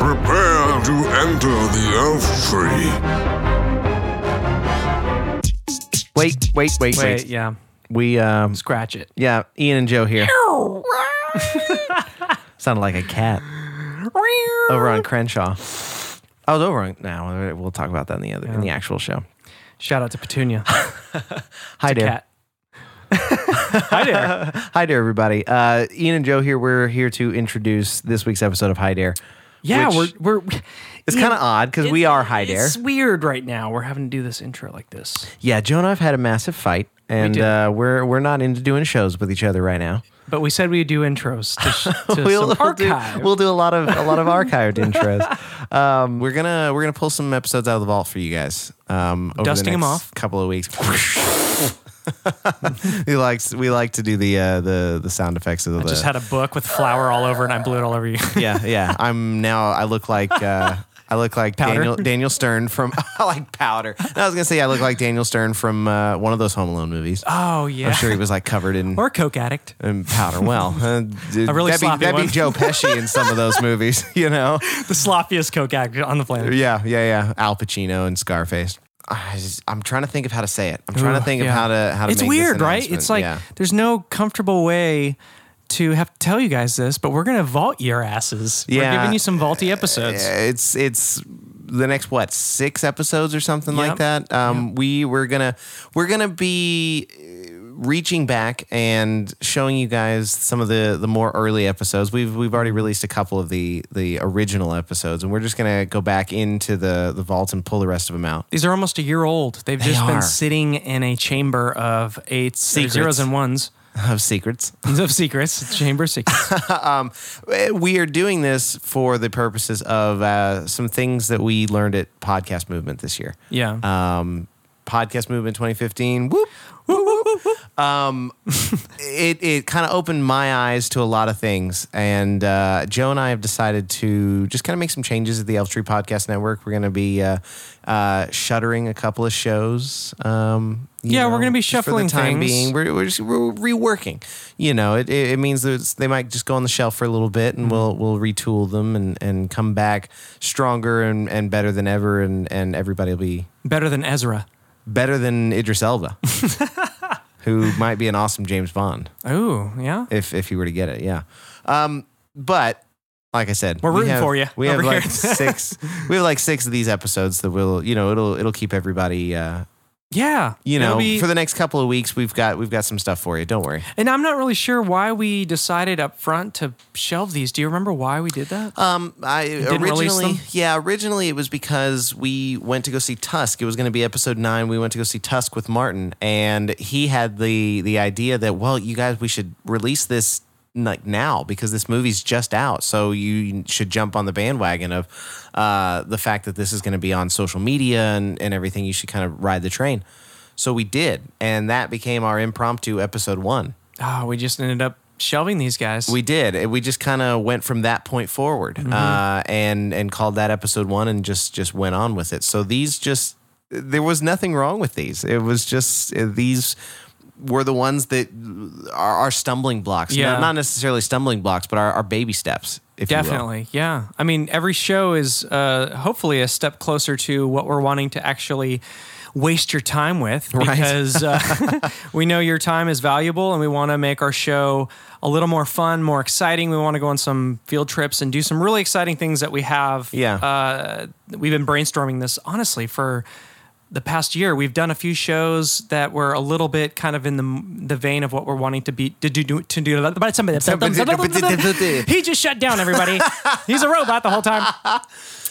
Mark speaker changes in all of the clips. Speaker 1: Prepare to enter the Elf Tree.
Speaker 2: Wait, wait, wait, wait.
Speaker 3: Wait, yeah.
Speaker 2: We, um,
Speaker 3: Scratch it.
Speaker 2: yeah, Ian and Joe here. Sounded like a cat over on Crenshaw. I was over on now. We'll talk about that in the other in the actual show.
Speaker 3: Shout out to Petunia.
Speaker 2: Hi there.
Speaker 3: Cat. Hi there.
Speaker 2: Hi there, everybody. Uh, Ian and Joe here. We're here to introduce this week's episode of Hi Dare.
Speaker 3: Yeah,
Speaker 2: Which-
Speaker 3: we're we're
Speaker 2: It's kind of odd because we are Hi Dare.
Speaker 3: It's weird right now. We're having to do this intro like this.
Speaker 2: Yeah, Joe and I've had a massive fight, and
Speaker 3: did.
Speaker 2: uh, we're we're not into doing shows with each other right now.
Speaker 3: But we said we'd do intros to, sh- to some archive.
Speaker 2: do we'll do a lot of a lot of archived intros. Um, we're gonna we're gonna pull some episodes out of the vault for you guys. Um, over
Speaker 3: Dusting
Speaker 2: the
Speaker 3: 'em
Speaker 2: next
Speaker 3: off.
Speaker 2: Couple of weeks. we like we like to do the uh, the the sound effects of the.
Speaker 3: just had a book with flour all over, and I blew it all over you.
Speaker 2: yeah, yeah. I'm now. I look like. Uh, I look like
Speaker 3: Powder?
Speaker 2: Daniel Daniel Stern from I like powder. No, I was gonna say I look like Daniel Stern from uh, one of those Home Alone movies.
Speaker 3: oh yeah.
Speaker 2: I'm sure he was like covered in
Speaker 3: Or a coke addict.
Speaker 2: and powder. Well, uh, d-
Speaker 3: A really
Speaker 2: that'd,
Speaker 3: sloppy
Speaker 2: be, that'd
Speaker 3: one.
Speaker 2: be Joe Pesci in some of those movies, you know?
Speaker 3: The sloppiest coke addict on the planet.
Speaker 2: Yeah, yeah, yeah. Al Pacino and Scarface. I just, I'm trying to think of how to say it. I'm trying
Speaker 3: Ooh,
Speaker 2: to think
Speaker 3: yeah.
Speaker 2: of how to how to.
Speaker 3: It's
Speaker 2: make this
Speaker 3: weird, right?
Speaker 2: announcement.
Speaker 3: It's like
Speaker 2: Yeah.
Speaker 3: there's no comfortable way to have to tell you guys this, but we're gonna vault your asses.
Speaker 2: Yeah.
Speaker 3: We're giving you some vaulty episodes.
Speaker 2: it's it's the next what six episodes or something
Speaker 3: Yep.
Speaker 2: like that. Um, we we're gonna we're gonna be uh, reaching back and showing you guys some of the the more early episodes. We've we've already released a couple of the the original episodes, and we're just gonna go back into the the vault and pull the rest of them out.
Speaker 3: These are almost a year old. They've just
Speaker 2: are.
Speaker 3: been sitting in a chamber of eights,
Speaker 2: Secrets.
Speaker 3: zeros and ones
Speaker 2: Of secrets.
Speaker 3: of secrets. It's a chamber of secrets.
Speaker 2: Eh, We are doing this for the purposes of uh, some things that we learned at Podcast Movement this year.
Speaker 3: Yeah.
Speaker 2: Um, Podcast Movement 2015. Whoop. Um,
Speaker 3: Woo, woo, woo, woo.
Speaker 2: it it kind of opened my eyes to a lot of things. And uh, Joe and I have decided to just kind of make some changes at the Elf Tree Podcast Network. We're going to be uh, uh, shuttering a couple of shows. Um, you
Speaker 3: Yeah, we're gonna be
Speaker 2: just for the
Speaker 3: shuffling
Speaker 2: time
Speaker 3: things.
Speaker 2: being. We're we're, just, we're reworking. You know, it, it, it means that it's- they might just go on the shelf for a little bit,
Speaker 3: Mm-hmm.
Speaker 2: and we'll we'll retool them and, and come back stronger and, and better than ever, and and everybody will be
Speaker 3: Better than Ezra.
Speaker 2: better than Idris Elba. Who might be an awesome James Bond
Speaker 3: Oh, yeah.
Speaker 2: if if you were to get it, yeah. Um, but like I said,
Speaker 3: We're
Speaker 2: we
Speaker 3: rooting
Speaker 2: have-
Speaker 3: for ya
Speaker 2: We have
Speaker 3: over
Speaker 2: like
Speaker 3: here.
Speaker 2: six. We have like six of these episodes that will, you know, it'll it'll keep everybody, uh,
Speaker 3: Yeah.
Speaker 2: you
Speaker 3: It'll
Speaker 2: know,
Speaker 3: be-
Speaker 2: for the next couple of weeks. We've got we've got some stuff for you. Don't worry.
Speaker 3: and I'm not really sure why we decided up front to shelve these. Do you remember why we did that?
Speaker 2: Um, I
Speaker 3: didn't
Speaker 2: originally,
Speaker 3: release them?
Speaker 2: yeah, originally it was because we went to go see Tusk. It was going to be episode nine. We went to go see Tusk with Martin, and he had the the idea that well, you guys, we should release this like now because this movie's just out, so you should jump on the bandwagon of uh, the fact that this is going to be on social media and and everything. You should kind of ride the train. So we did, and that became our impromptu episode one.
Speaker 3: oh, we just ended up shelving these guys.
Speaker 2: Uh, We did. It- We just kind of went from that point forward,
Speaker 3: Mm-hmm.
Speaker 2: uh, and and called that episode one, and just just went on with it. So these just there was nothing wrong with these. It was just uh, these were the ones that are, are stumbling blocks.
Speaker 3: Yeah.
Speaker 2: not, not necessarily stumbling blocks, but are, are baby steps. If you will.
Speaker 3: Definitely, yeah. I mean, every show is uh, hopefully a step closer to what we're wanting to actually waste your time with because uh, we know your time is valuable and we want to make our show a little more fun, more exciting. We want to go on some field trips and do some really exciting things that we have.
Speaker 2: Yeah.
Speaker 3: Uh, we've been brainstorming this honestly for the past year. We've done a few shows that were a little bit kind of in the the vein of what we're wanting to be to do to do. But somebody he just shut down everybody. He's a robot the whole time.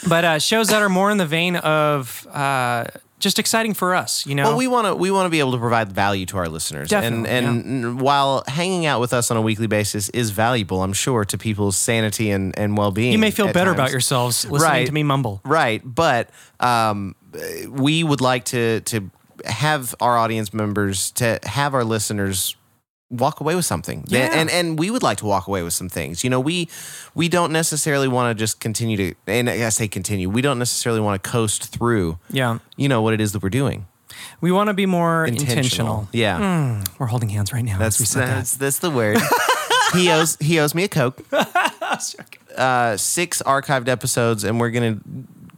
Speaker 3: But uh, shows that are more in the vein of uh, just exciting for us, you know.
Speaker 2: Well, we want to we want to be able to provide value to our listeners,
Speaker 3: Definitely,
Speaker 2: and and while hanging out with us on a weekly basis is valuable, I'm sure to people's sanity and and well being.
Speaker 3: you may feel better about
Speaker 2: yourself.
Speaker 3: yourselves listening
Speaker 2: Right.
Speaker 3: to me mumble.
Speaker 2: Right, but um, we would like to to have our audience members to have our listeners walk away with something They-
Speaker 3: Yeah.
Speaker 2: and and we would like to walk away with some things you know we we don't necessarily want to just continue to and i say continue we don't necessarily want to coast through
Speaker 3: Yeah,
Speaker 2: you know what it is that we're doing
Speaker 3: we want to be more intentional. Mm.
Speaker 2: yeah
Speaker 3: We're holding hands right now. as
Speaker 2: that's
Speaker 3: we said that.
Speaker 2: that's, that's the word he owes he owes me a coke uh, six archived episodes, and we're gonna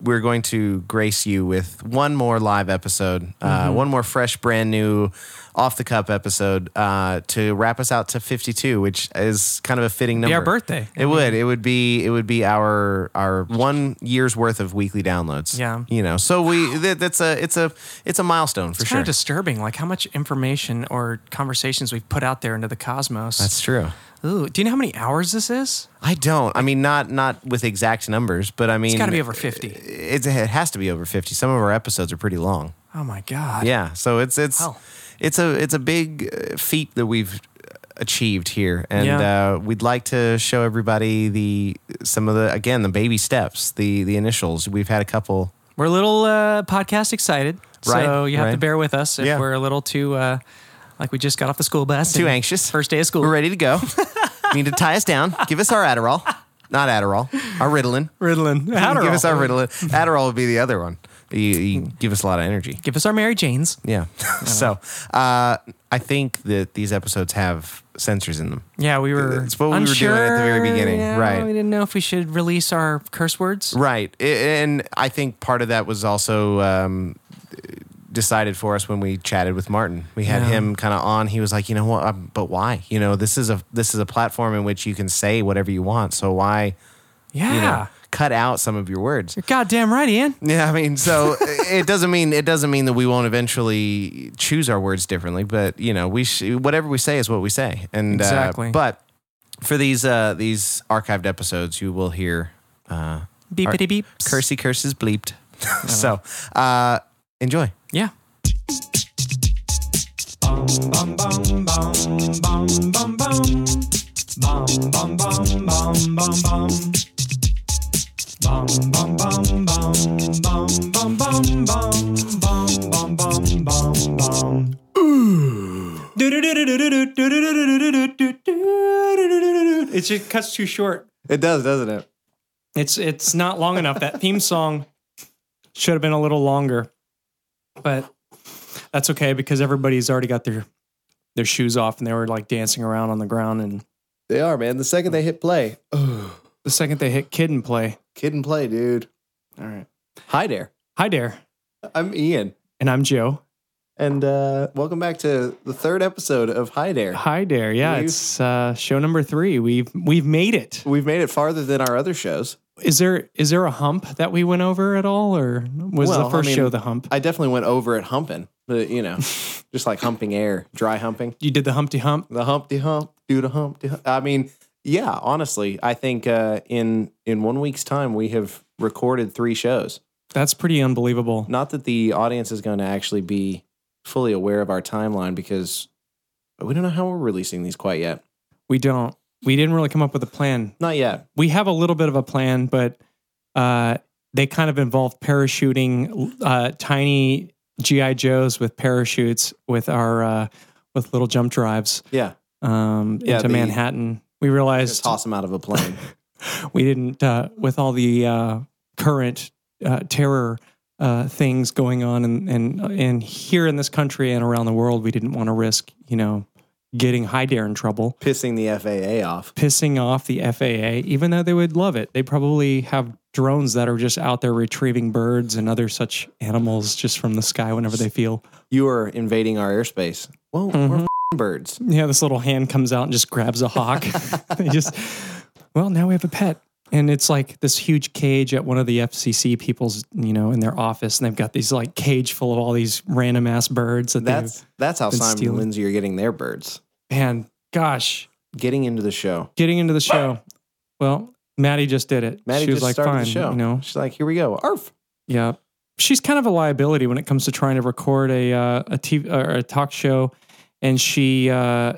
Speaker 2: we're going to grace you with one more live episode,
Speaker 3: Mm-hmm.
Speaker 2: uh, one more fresh, brand new, off the cup episode uh, to wrap us out to fifty two, which is kind of a fitting number.
Speaker 3: our birthday.
Speaker 2: It would. It would be. It would be our our one year's worth of weekly downloads.
Speaker 3: Yeah.
Speaker 2: You know. So we. That, that's a. It's a. It's a milestone for
Speaker 3: It's
Speaker 2: sure.
Speaker 3: kind of disturbing, like how much information or conversations we've put out there into the cosmos.
Speaker 2: that's true.
Speaker 3: Ooh, do you know how many hours this is?
Speaker 2: I don't. I mean, not not with exact numbers, but I mean,
Speaker 3: It's got to be over fifty.
Speaker 2: It's, it has to be over fifty. Some of our episodes are pretty long.
Speaker 3: Oh my god!
Speaker 2: Yeah, so it's it's
Speaker 3: Wow.
Speaker 2: it's a it's a big uh, feat that we've achieved here, and
Speaker 3: Yeah.
Speaker 2: uh, we'd like to show everybody the some of the again the baby steps, the the initials. We've had a couple.
Speaker 3: we're a little uh, podcast excited, so
Speaker 2: Right,
Speaker 3: you have to
Speaker 2: right.
Speaker 3: bear with us if
Speaker 2: Yeah.
Speaker 3: we're a little too, uh, like we just got off the school bus,
Speaker 2: Too
Speaker 3: and
Speaker 2: anxious.
Speaker 3: First day of school.
Speaker 2: We're ready to go. Need to tie us down. Give us our Adderall, not Adderall, our Ritalin.
Speaker 3: Ritalin.
Speaker 2: Give us our
Speaker 3: Adderall.
Speaker 2: Ritalin. Adderall would be the other one. You, you give us a lot of energy.
Speaker 3: Give us our Mary Janes.
Speaker 2: Yeah.
Speaker 3: Uh-huh.
Speaker 2: so uh, I think that these episodes have sensors in them.
Speaker 3: Yeah, we were.
Speaker 2: That's what we were doing at the very
Speaker 3: unsure,
Speaker 2: beginning,
Speaker 3: yeah,
Speaker 2: right.
Speaker 3: We didn't know if we should release our curse words.
Speaker 2: Right. I- And I think part of that was also um, decided for us when we chatted with Martin. We had
Speaker 3: Yeah.
Speaker 2: him kind of on. He was like, you know what? Um, But why? You know, this is a this is a platform in which you can say whatever you want. So why,
Speaker 3: Yeah.
Speaker 2: you know, cut out some of your words?
Speaker 3: You're goddamn right, Ian.
Speaker 2: Yeah, I mean, so it doesn't mean it doesn't mean that we won't eventually choose our words differently, but you know, we sh- whatever we say is what we say, and uh,
Speaker 3: Exactly.
Speaker 2: but for these uh, these archived episodes, you will hear uh,
Speaker 3: Beepity beep.
Speaker 2: cursey curses bleeped.
Speaker 3: Uh-huh.
Speaker 2: so uh, enjoy.
Speaker 3: Yeah. It just cuts too short.
Speaker 2: It does, doesn't it?
Speaker 3: It's it's not long enough. That theme song should have been a little longer, but that's okay because everybody's already got their their shoes off and they were like dancing around on the ground. And
Speaker 2: They are, man. The second they hit play, Oh,
Speaker 3: the second they hit kid and play,
Speaker 2: kid and play, dude.
Speaker 3: all right,
Speaker 2: Hi there.
Speaker 3: hi there,
Speaker 2: I'm Ian,
Speaker 3: and I'm Joe.
Speaker 2: and uh, welcome back to the third episode of Hi Dare.
Speaker 3: Hi there. Yeah,
Speaker 2: We've-
Speaker 3: it's uh, show number three. We've we've made it.
Speaker 2: We've made it farther than our other shows.
Speaker 3: Is there is there a hump that we went over at all, or was
Speaker 2: Well,
Speaker 3: the
Speaker 2: I
Speaker 3: first
Speaker 2: mean-
Speaker 3: show the hump?
Speaker 2: I definitely went over it humping, but you know, just like humping air, dry humping.
Speaker 3: You did the Humpty Hump.
Speaker 2: The humpty hump, do the humpty hump. I mean, yeah, honestly, I think uh, in in one week's time we have recorded three shows.
Speaker 3: That's pretty unbelievable.
Speaker 2: Not that the audience is going to actually be fully aware of our timeline because we don't know how we're releasing these quite yet.
Speaker 3: We don't. We didn't really come up with a plan.
Speaker 2: Not yet.
Speaker 3: we have a little bit of a plan, but uh, they kind of involve parachuting uh, tiny GI Joes with parachutes with our uh, with little jump drives
Speaker 2: Yeah,
Speaker 3: um,
Speaker 2: Yeah,
Speaker 3: into
Speaker 2: the-
Speaker 3: Manhattan. We
Speaker 2: just
Speaker 3: realized
Speaker 2: toss them out of a plane.
Speaker 3: we didn't uh, with all the uh, current uh, terror. Uh, things going on and and and here in this country and around the world, we didn't want to risk you know getting high dare in trouble
Speaker 2: pissing the FAA off.
Speaker 3: pissing off the FAA, even though they would love it. They probably have drones that are just out there retrieving birds and other such animals just from the sky whenever they feel.
Speaker 2: You are invading our airspace. Well,
Speaker 3: Mm-hmm.
Speaker 2: we're f***ing birds.
Speaker 3: Yeah, this little hand comes out and just grabs a hawk. they just, well, now we have a pet. And it's like this huge cage at one of the FCC people's, you know, in their office. And they've got these like cage full of all these random ass birds that
Speaker 2: That's that's how
Speaker 3: been
Speaker 2: Simon
Speaker 3: stealing.
Speaker 2: and Lindsay are getting their birds.
Speaker 3: they, man, gosh,
Speaker 2: Getting into the show.
Speaker 3: getting into the show. Well, Maddie just did it.
Speaker 2: Maddie
Speaker 3: she was
Speaker 2: just
Speaker 3: like,
Speaker 2: started
Speaker 3: fine,
Speaker 2: the show.
Speaker 3: you know,
Speaker 2: She's like, here we go. Arf.
Speaker 3: Yeah, she's kind of a liability when it comes to trying to record a uh, a TV or a talk show, and she uh,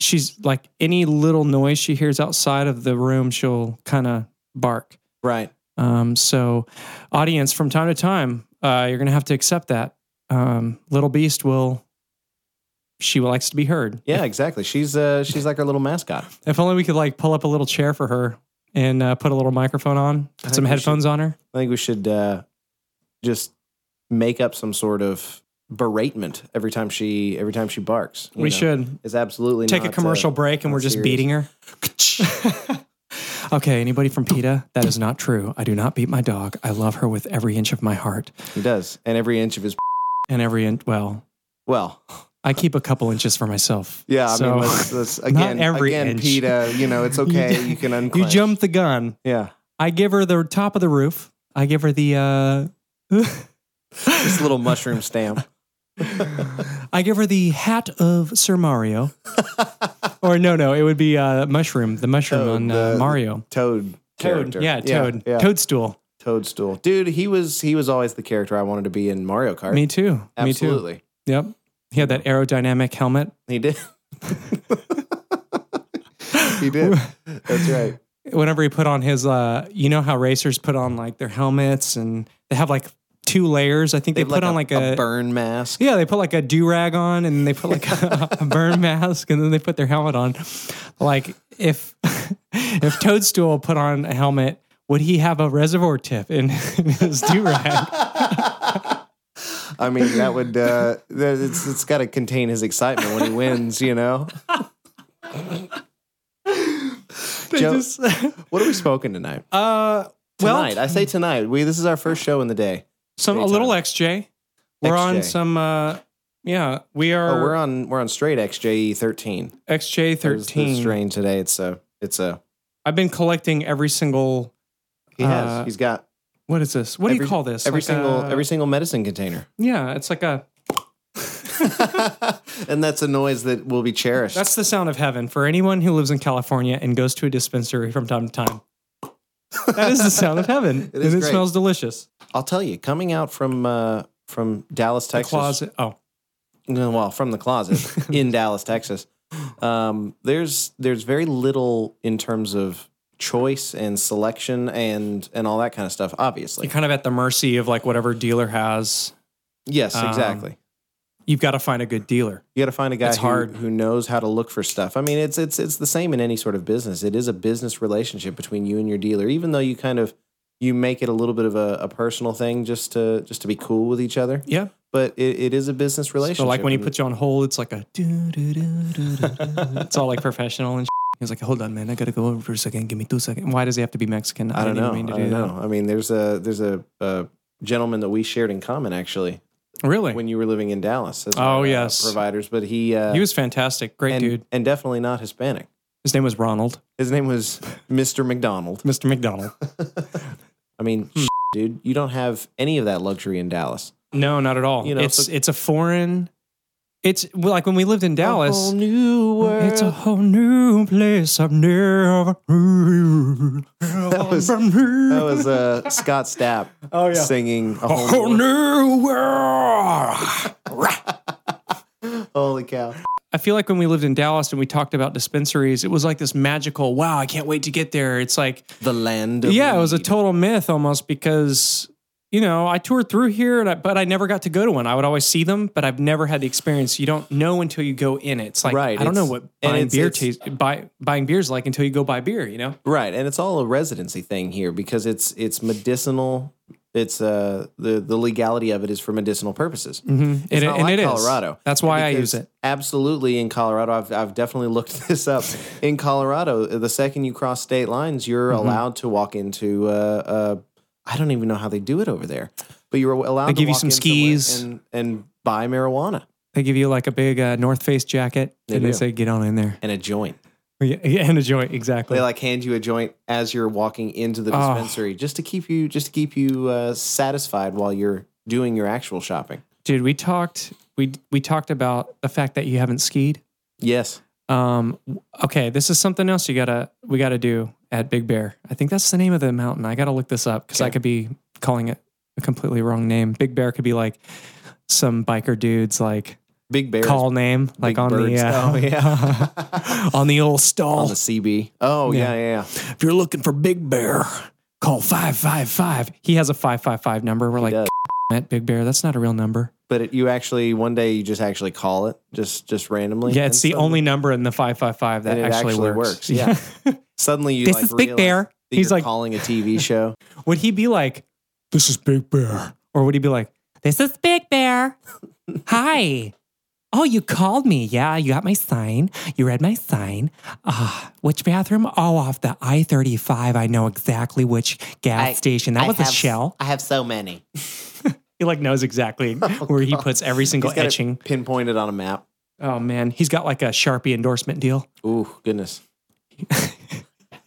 Speaker 3: she's like any little noise she hears outside of the room, she'll kind of bark.
Speaker 2: Right.
Speaker 3: Um, so, audience, from time to time, uh, you're gonna have to accept that. Um, little Beast will. She likes to be heard.
Speaker 2: Yeah, exactly. She's uh she's like our little mascot.
Speaker 3: If only we could like pull up a little chair for her and uh, put a little microphone on,
Speaker 2: I
Speaker 3: put
Speaker 2: think
Speaker 3: some
Speaker 2: we
Speaker 3: headphones on her.
Speaker 2: I think we should uh just make up some sort of beratement every time she every time she barks. you
Speaker 3: we
Speaker 2: know?
Speaker 3: should.
Speaker 2: It's absolutely
Speaker 3: take a
Speaker 2: not, uh,
Speaker 3: commercial break and
Speaker 2: not
Speaker 3: we're just
Speaker 2: serious.
Speaker 3: beating her. Okay, anybody from PETA? That is not true. I do not beat my dog. I love her with every inch of my heart.
Speaker 2: He does, and every inch of his.
Speaker 3: And every inch, well,
Speaker 2: Well,
Speaker 3: I keep a couple inches for myself.
Speaker 2: yeah. I
Speaker 3: so
Speaker 2: mean, let's, let's, again,
Speaker 3: every
Speaker 2: again,
Speaker 3: inch.
Speaker 2: PETA. You know, it's okay. you can unclench.
Speaker 3: you jumped the gun.
Speaker 2: Yeah,
Speaker 3: I give her the top of the roof. I give her the uh
Speaker 2: this little mushroom stamp.
Speaker 3: I give her the hat of Sir Mario. or no, no, it would be uh mushroom, the mushroom
Speaker 2: Oh,
Speaker 3: on uh,
Speaker 2: the
Speaker 3: Mario.
Speaker 2: Toad.
Speaker 3: Toad.
Speaker 2: character.
Speaker 3: Yeah, Toad.
Speaker 2: Yeah,
Speaker 3: Toadstool.
Speaker 2: Toadstool. Dude, he was he was always the character I wanted to be in Mario Kart.
Speaker 3: Me too. Me too.
Speaker 2: Absolutely.
Speaker 3: Yep. He had that aerodynamic helmet.
Speaker 2: He did. he did. That's right.
Speaker 3: Whenever he put on his uh you know how racers put on like their helmets and they have like two layers. I think they,
Speaker 2: have
Speaker 3: put on like a,
Speaker 2: burn mask.
Speaker 3: Yeah, they put like a do rag on and they put like a, a burn mask and then they put their helmet on. Like if if Toadstool put on a helmet, would he have a reservoir tip in, in his do rag?
Speaker 2: I mean, that would uh that, it's it's got to contain his excitement when he wins, you know. Joe, what are we smoking tonight?
Speaker 3: uh,
Speaker 2: tonight.
Speaker 3: well,
Speaker 2: I say tonight. We this is our first show in the day.
Speaker 3: some a
Speaker 2: anytime.
Speaker 3: little XJ. We're on
Speaker 2: XJ.
Speaker 3: some. Uh, yeah, we
Speaker 2: Oh,
Speaker 3: are
Speaker 2: we're on we're on straight XJE 13.
Speaker 3: XJ
Speaker 2: That was the
Speaker 3: thirteen.
Speaker 2: strain today. It's a it's a
Speaker 3: I've been collecting every single.
Speaker 2: he has.
Speaker 3: Uh,
Speaker 2: He's got
Speaker 3: What is this? What do
Speaker 2: Every-
Speaker 3: you call this?
Speaker 2: every
Speaker 3: Like
Speaker 2: single
Speaker 3: a-
Speaker 2: every single medicine container.
Speaker 3: Yeah, it's like a.
Speaker 2: and that's a noise that will be cherished.
Speaker 3: That's the sound of heaven for anyone who lives in California and goes to a dispensary from time to time. That is the sound of heaven.
Speaker 2: It is
Speaker 3: and it
Speaker 2: great.
Speaker 3: smells delicious.
Speaker 2: I'll tell you, coming out from uh, from Dallas,
Speaker 3: The
Speaker 2: Texas.
Speaker 3: closet. Oh,
Speaker 2: No, Well, from the closet in Dallas, Texas. Um, there's there's very little in terms of choice and selection and and all that kind of stuff. Obviously,
Speaker 3: you're kind of at the mercy of like whatever dealer has.
Speaker 2: yes,
Speaker 3: Um,
Speaker 2: exactly.
Speaker 3: You've got to find a good dealer.
Speaker 2: You got to find a guy
Speaker 3: It's
Speaker 2: who,
Speaker 3: hard.
Speaker 2: who knows how to look for stuff. I mean, it's it's it's the same in any sort of business. It is a business relationship between you and your dealer, even though you kind of you make it a little bit of a, a personal thing just to just to be cool with each other.
Speaker 3: Yeah.
Speaker 2: But it, it is a business relationship.
Speaker 3: So like when he
Speaker 2: and-
Speaker 3: puts you on hold, it's like a. doo doo doo doo doo doo. It's all like professional and. He's like, hold on, man, I gotta go over for a second. Give me two seconds. Why does he have to be Mexican?
Speaker 2: I don't
Speaker 3: didn't
Speaker 2: know.
Speaker 3: even
Speaker 2: I don't know. I mean, there's a there's a, a gentleman that we shared in common actually
Speaker 3: that. Really?
Speaker 2: when you were living in Dallas. as
Speaker 3: Oh,
Speaker 2: our, uh,
Speaker 3: yes.
Speaker 2: providers. But he uh,
Speaker 3: he was fantastic. Great
Speaker 2: and,
Speaker 3: dude.
Speaker 2: and definitely not Hispanic.
Speaker 3: His name was Ronald,
Speaker 2: His name was Mr. McDonald.
Speaker 3: Mr. McDonald.
Speaker 2: I mean,
Speaker 3: Hmm.
Speaker 2: dude, you don't have any of that luxury in Dallas.
Speaker 3: No, not at all.
Speaker 2: You know,
Speaker 3: it's
Speaker 2: so-
Speaker 3: it's a foreign. It's well, like when we lived in Dallas.
Speaker 2: A whole new world.
Speaker 3: it's a whole new place I've never. That
Speaker 2: was- that was uh, Scott Stapp
Speaker 3: oh yeah.
Speaker 2: singing a
Speaker 3: a
Speaker 2: whole,
Speaker 3: whole
Speaker 2: new
Speaker 3: new world.
Speaker 2: world. Holy cow.
Speaker 3: I feel like when we lived in Dallas and we talked about dispensaries, it was like this magical. Wow, I can't wait to get there. It's like
Speaker 2: The land of
Speaker 3: yeah, it was a
Speaker 2: weed.
Speaker 3: total myth almost because you know I toured through here, and I, but I never got to go to one. I would always see them, but I've never had the experience. You don't know until you go in it. It's like
Speaker 2: Right,
Speaker 3: I don't know
Speaker 2: it's-
Speaker 3: what
Speaker 2: and
Speaker 3: buying
Speaker 2: it's-
Speaker 3: beer
Speaker 2: it's-
Speaker 3: tastes buy, buying beer is like until you go buy beer. You know,
Speaker 2: Right, and it's all a residency thing here because it's it's medicinal. It's uh the the legality of it is for medicinal purposes.
Speaker 3: mm-hmm.
Speaker 2: It's not like Colorado.
Speaker 3: That's why I use
Speaker 2: Because
Speaker 3: it.
Speaker 2: Absolutely, in Colorado, I've I've definitely looked this up. In Colorado, the second you cross state lines, you're
Speaker 3: Mm-hmm.
Speaker 2: allowed to walk into uh, uh I don't even know how they do it over there, but you're allowed
Speaker 3: They
Speaker 2: to
Speaker 3: give you
Speaker 2: walk
Speaker 3: some
Speaker 2: in somewhere
Speaker 3: skis.
Speaker 2: and and buy marijuana
Speaker 3: They give you like a big uh, North Face jacket,
Speaker 2: They
Speaker 3: and they
Speaker 2: do.
Speaker 3: say get on in there
Speaker 2: and a joint.
Speaker 3: yeah, yeah, and a joint exactly.
Speaker 2: They like hand you a joint as you're walking into the
Speaker 3: Oh.
Speaker 2: dispensary just to keep you just to keep you uh, satisfied while you're doing your actual shopping.
Speaker 3: Dude, we talked we we talked about the fact that you haven't skied.
Speaker 2: Yes.
Speaker 3: Um, w- okay, this is something else you gotta we gotta do at Big Bear. I think that's the name of the mountain. I gotta look this up because I
Speaker 2: Okay.
Speaker 3: could be calling it a completely wrong name. Big Bear could be like some biker dudes like
Speaker 2: Big Bear. is
Speaker 3: call name like
Speaker 2: Big
Speaker 3: on the
Speaker 2: Bird's-
Speaker 3: uh,
Speaker 2: oh, yeah.
Speaker 3: on the old
Speaker 2: on
Speaker 3: stall.
Speaker 2: the CB. Oh, yeah, yeah, yeah.
Speaker 3: if you're looking for Big Bear, call five five five. He has a five five five number. We're like,
Speaker 2: does.
Speaker 3: at Big Bear, that's not a real number.
Speaker 2: But it, you actually one day you just actually call it just just randomly.
Speaker 3: Yeah, it's
Speaker 2: and
Speaker 3: the
Speaker 2: suddenly-
Speaker 3: only number in the five five five that
Speaker 2: And it
Speaker 3: actually,
Speaker 2: actually works, yeah. Suddenly you
Speaker 3: this
Speaker 2: like
Speaker 3: is Big
Speaker 2: realize
Speaker 3: Bear.
Speaker 2: that
Speaker 3: He's
Speaker 2: you're
Speaker 3: like,
Speaker 2: calling a TV show.
Speaker 3: Would he be like, "This is Big Bear," or would he be like, "This is Big Bear"? Hi, Oh, you called me. Yeah, you got my sign. You read my sign. Ah, which bathroom? Oh, off the I 35. I know exactly which gas
Speaker 4: I-
Speaker 3: station. That
Speaker 4: I
Speaker 3: was
Speaker 4: have,
Speaker 3: a shell.
Speaker 4: I have so many.
Speaker 3: He
Speaker 4: Oh,
Speaker 3: like knows exactly where he puts every single
Speaker 2: He's got it
Speaker 3: etching.
Speaker 2: pinpointed on a map.
Speaker 3: Oh man, he's got like a Sharpie endorsement deal.
Speaker 2: Ooh, goodness.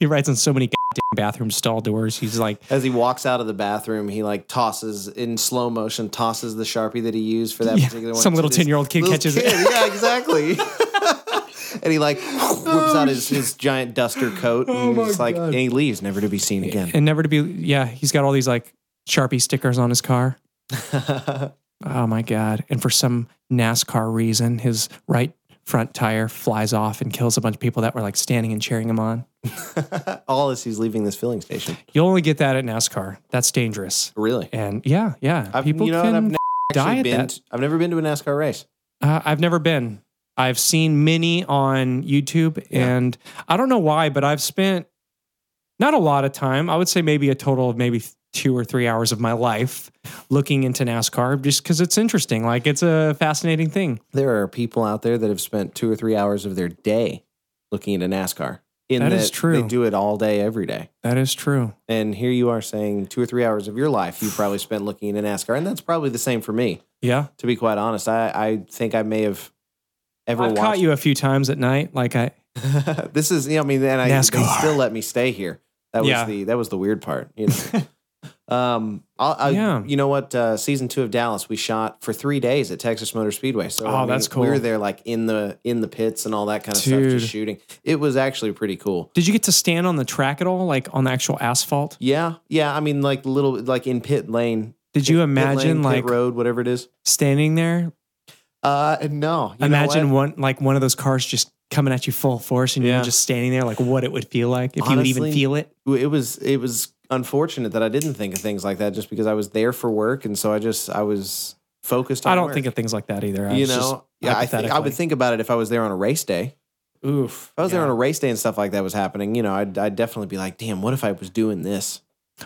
Speaker 3: He writes on so many goddamn bathroom stall doors. He's like,
Speaker 2: As he walks out of the bathroom, he like tosses in slow motion, tosses the sharpie that he used for that
Speaker 3: Yeah,
Speaker 2: particular one.
Speaker 3: some
Speaker 2: to
Speaker 3: little
Speaker 2: this
Speaker 3: 10-year-old kid
Speaker 2: little
Speaker 3: catches it.
Speaker 2: kid. Yeah, exactly. and he like whips out his, his giant duster coat
Speaker 3: Oh
Speaker 2: and it's like and he leaves, never to be seen again.
Speaker 3: and never to be. Yeah, he's got all these like Sharpie stickers on his car. Oh my god! And for some NASCAR reason, his right front tire flies off and kills a bunch of people that were like standing and cheering him on.
Speaker 2: All as he's leaving this filling station.
Speaker 3: You'll only get that at NASCAR. That's dangerous.
Speaker 2: Really?
Speaker 3: And yeah, yeah,
Speaker 2: I've,
Speaker 3: people
Speaker 2: you know,
Speaker 3: can
Speaker 2: I've never
Speaker 3: die
Speaker 2: actually
Speaker 3: at
Speaker 2: been
Speaker 3: that.
Speaker 2: to- I've never been to a NASCAR race.
Speaker 3: Uh, I've never been. I've seen many on YouTube, and I don't know why, but I've spent not a lot of time. I would say maybe a total of maybe two or three hours of my life looking into NASCAR just because it's interesting. Like it's a fascinating thing.
Speaker 2: There are people out there that have spent two or three hours of their day looking into NASCAR. In
Speaker 3: That is true.
Speaker 2: They do it all day, every day.
Speaker 3: That is true.
Speaker 2: And here you are saying two or three hours of your life you probably spent looking into NASCAR. And that's probably the same for me,
Speaker 3: Yeah,
Speaker 2: to be quite honest. I, I think I may have ever
Speaker 3: I've
Speaker 2: watched.
Speaker 3: caught you a few times at night. Like I,
Speaker 2: this is, you know, I mean, and I, they
Speaker 3: NASCAR.
Speaker 2: still let me stay here. That was
Speaker 3: Yeah.
Speaker 2: the that was the weird part, you know. um, I'll, I,
Speaker 3: Yeah.
Speaker 2: you know what? Uh, season two of Dallas, we shot for three days at Texas Motor Speedway. So I
Speaker 3: Oh, that's
Speaker 2: We were
Speaker 3: cool.
Speaker 2: there like in the in the pits and all that kind of stuff,
Speaker 3: Dude.
Speaker 2: just shooting. It was actually pretty cool.
Speaker 3: did you get to stand on the track at all? Like on the actual asphalt?
Speaker 2: Yeah, yeah. I mean, like little, like in pit lane.
Speaker 3: Did you
Speaker 2: pit lane,
Speaker 3: imagine
Speaker 2: pit
Speaker 3: like
Speaker 2: road, whatever it is?
Speaker 3: standing there?
Speaker 2: Uh, no. You know
Speaker 3: imagine
Speaker 2: what?
Speaker 3: one like one of those cars just coming at you full force, and
Speaker 2: Yeah.
Speaker 3: you're just standing there. Like what it would feel like if you would
Speaker 2: Honestly,
Speaker 3: even feel it.
Speaker 2: it was it was unfortunate that I didn't think of things like that, just because I was there for work, and so I just I was focused. on
Speaker 3: I don't
Speaker 2: work.
Speaker 3: think of things like that either. I
Speaker 2: you
Speaker 3: was
Speaker 2: know. Yeah, I think I would
Speaker 3: hypothetically.
Speaker 2: think about it if I was there on a race day.
Speaker 3: just- oof.
Speaker 2: If I was there
Speaker 3: yeah.
Speaker 2: on a race day and stuff like that was happening, you know, I'd, I'd definitely be like, damn, what if I was doing this?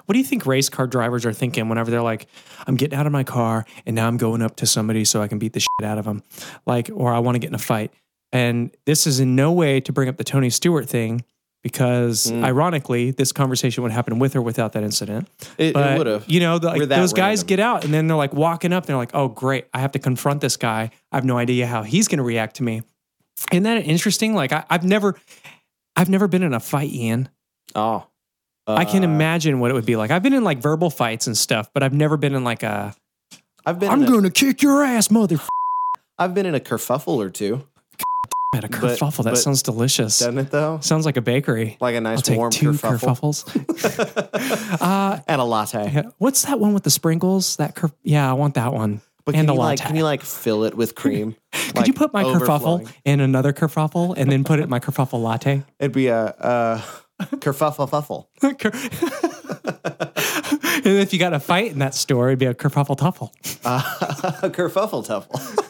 Speaker 3: What do you think race car drivers are thinking whenever they're like, "I'm getting out of my car and now I'm going up to somebody so I can beat the shit out of them," like, or I want to get in a fight. And this is in no way to bring up the Tony Stewart thing because,
Speaker 2: Mm.
Speaker 3: ironically, this conversation would happen with or without that incident.
Speaker 2: It,
Speaker 3: But
Speaker 2: would have.
Speaker 3: you know, the, like,
Speaker 2: We're that
Speaker 3: those guys
Speaker 2: random.
Speaker 3: get out and then they're like walking up. They're like, "Oh, great! I have to confront this guy. I have no idea how he's going to react to me." Isn't that interesting? Like, I, I've never, I've never been in a fight, Ian.
Speaker 2: Oh,
Speaker 3: I can
Speaker 2: Uh,
Speaker 3: imagine what it would be like. I've been in like verbal fights and stuff, but I've never been in like a.
Speaker 2: Uh, I've been.
Speaker 3: I'm
Speaker 2: in a,
Speaker 3: gonna kick your ass, mother. F-
Speaker 2: I've been in a kerfuffle or two,
Speaker 3: at a
Speaker 2: But-
Speaker 3: kerfuffle. that
Speaker 2: but-
Speaker 3: sounds delicious.
Speaker 2: doesn't it though?
Speaker 3: Sounds like a bakery.
Speaker 2: Like a nice
Speaker 3: I'll take
Speaker 2: warm
Speaker 3: two
Speaker 2: kerfuffle.
Speaker 3: kerfuffles. uh,
Speaker 2: and a latte.
Speaker 3: yeah, what's that one with the sprinkles? That ker- yeah, I want that one.
Speaker 2: But
Speaker 3: and
Speaker 2: can
Speaker 3: the
Speaker 2: you
Speaker 3: latte.
Speaker 2: like can you like fill it with cream?
Speaker 3: Could you put my kerfuffle in another kerfuffle and then put it in my kerfuffle latte?
Speaker 2: It'd be a uh, kerfuffle fuffle.
Speaker 3: Ker- and if you got a fight in that store, it'd be a kerfuffle tuffle.
Speaker 2: Uh, kerfuffle tuffle.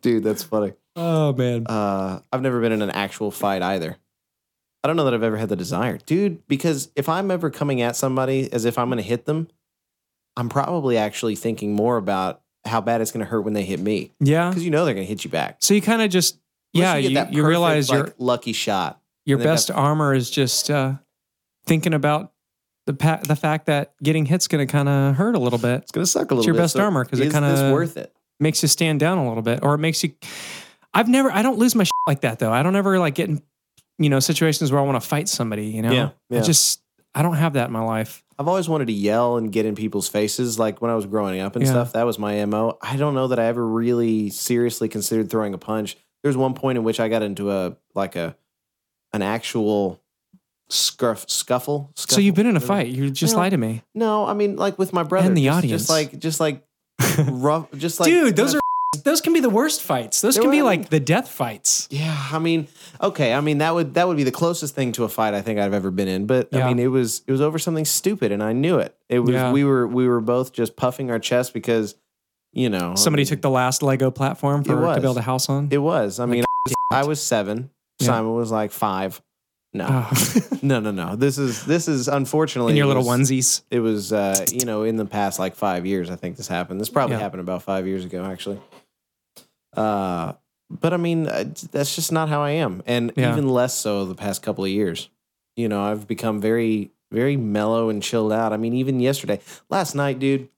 Speaker 2: Dude, that's funny.
Speaker 3: Oh man.
Speaker 2: Uh, I've never been in an actual fight either. I don't know that I've ever had the desire, dude. Because if I'm ever coming at somebody as if I'm going to hit them, I'm probably actually thinking more about how bad it's going to hurt when they hit me
Speaker 3: yeah.
Speaker 2: because you know they're going to hit you back.
Speaker 3: So you kind of just yeah,
Speaker 2: Unless get
Speaker 3: you,
Speaker 2: that
Speaker 3: you
Speaker 2: perfect,
Speaker 3: realize your
Speaker 2: like, lucky shot.
Speaker 3: your
Speaker 2: and they've
Speaker 3: best
Speaker 2: got-
Speaker 3: armor is just uh, thinking about the pa- the fact that getting hit's going to kind of hurt a little bit.
Speaker 2: It's going to suck a little.
Speaker 3: your
Speaker 2: bit.
Speaker 3: best armor 'cause it
Speaker 2: is
Speaker 3: kinda-
Speaker 2: this worth it.
Speaker 3: Makes you stand down a little bit, or it makes you. I've never. I don't lose my shit like that though. I don't ever like get in you know situations where I want to fight somebody. You know,
Speaker 2: Yeah, yeah.
Speaker 3: I just I don't have that in my life.
Speaker 2: I've always wanted to yell and get in people's faces. Like when I was growing up and
Speaker 3: Yeah.
Speaker 2: stuff, that was my MO. I don't know that I ever really seriously considered throwing a punch. There was one point in which I got into a like a an actual scuff scuffle.
Speaker 3: So you've been in a
Speaker 2: scuffle.
Speaker 3: fight. You just
Speaker 2: Well,
Speaker 3: lie to me,
Speaker 2: No, I mean like with my brother
Speaker 3: the
Speaker 2: just,
Speaker 3: audience.
Speaker 2: Just like just like rough just like
Speaker 3: dude. Those are those can be the worst fights. Those
Speaker 2: They
Speaker 3: can be
Speaker 2: were-
Speaker 3: like the death fights.
Speaker 2: Yeah, I mean, okay, I mean that would that would be the closest thing to a fight I think I've ever been in, but
Speaker 3: Yeah.
Speaker 2: I mean it was it was over something stupid and I knew it. It was
Speaker 3: Yeah.
Speaker 2: we were we were both just puffing our chest because you know
Speaker 3: Somebody
Speaker 2: I mean,
Speaker 3: took the last Lego platform
Speaker 2: It
Speaker 3: for to
Speaker 2: was.
Speaker 3: build a house on.
Speaker 2: It was. I mean, I was, I was seven.
Speaker 3: Yeah.
Speaker 2: Simon was like five. No,
Speaker 3: Oh.
Speaker 2: no, no, no. This is this is unfortunately
Speaker 3: in your
Speaker 2: it
Speaker 3: little
Speaker 2: was-
Speaker 3: onesies.
Speaker 2: It was uh, you know in the past like five years. I think this happened. This probably
Speaker 3: Yeah.
Speaker 2: happened about five years ago actually. Uh, but I mean, uh, that's just not how I am, and
Speaker 3: Yeah.
Speaker 2: even less so the past couple of years. You know, I've become very, very mellow and chilled out. I mean, even yesterday, last night, dude,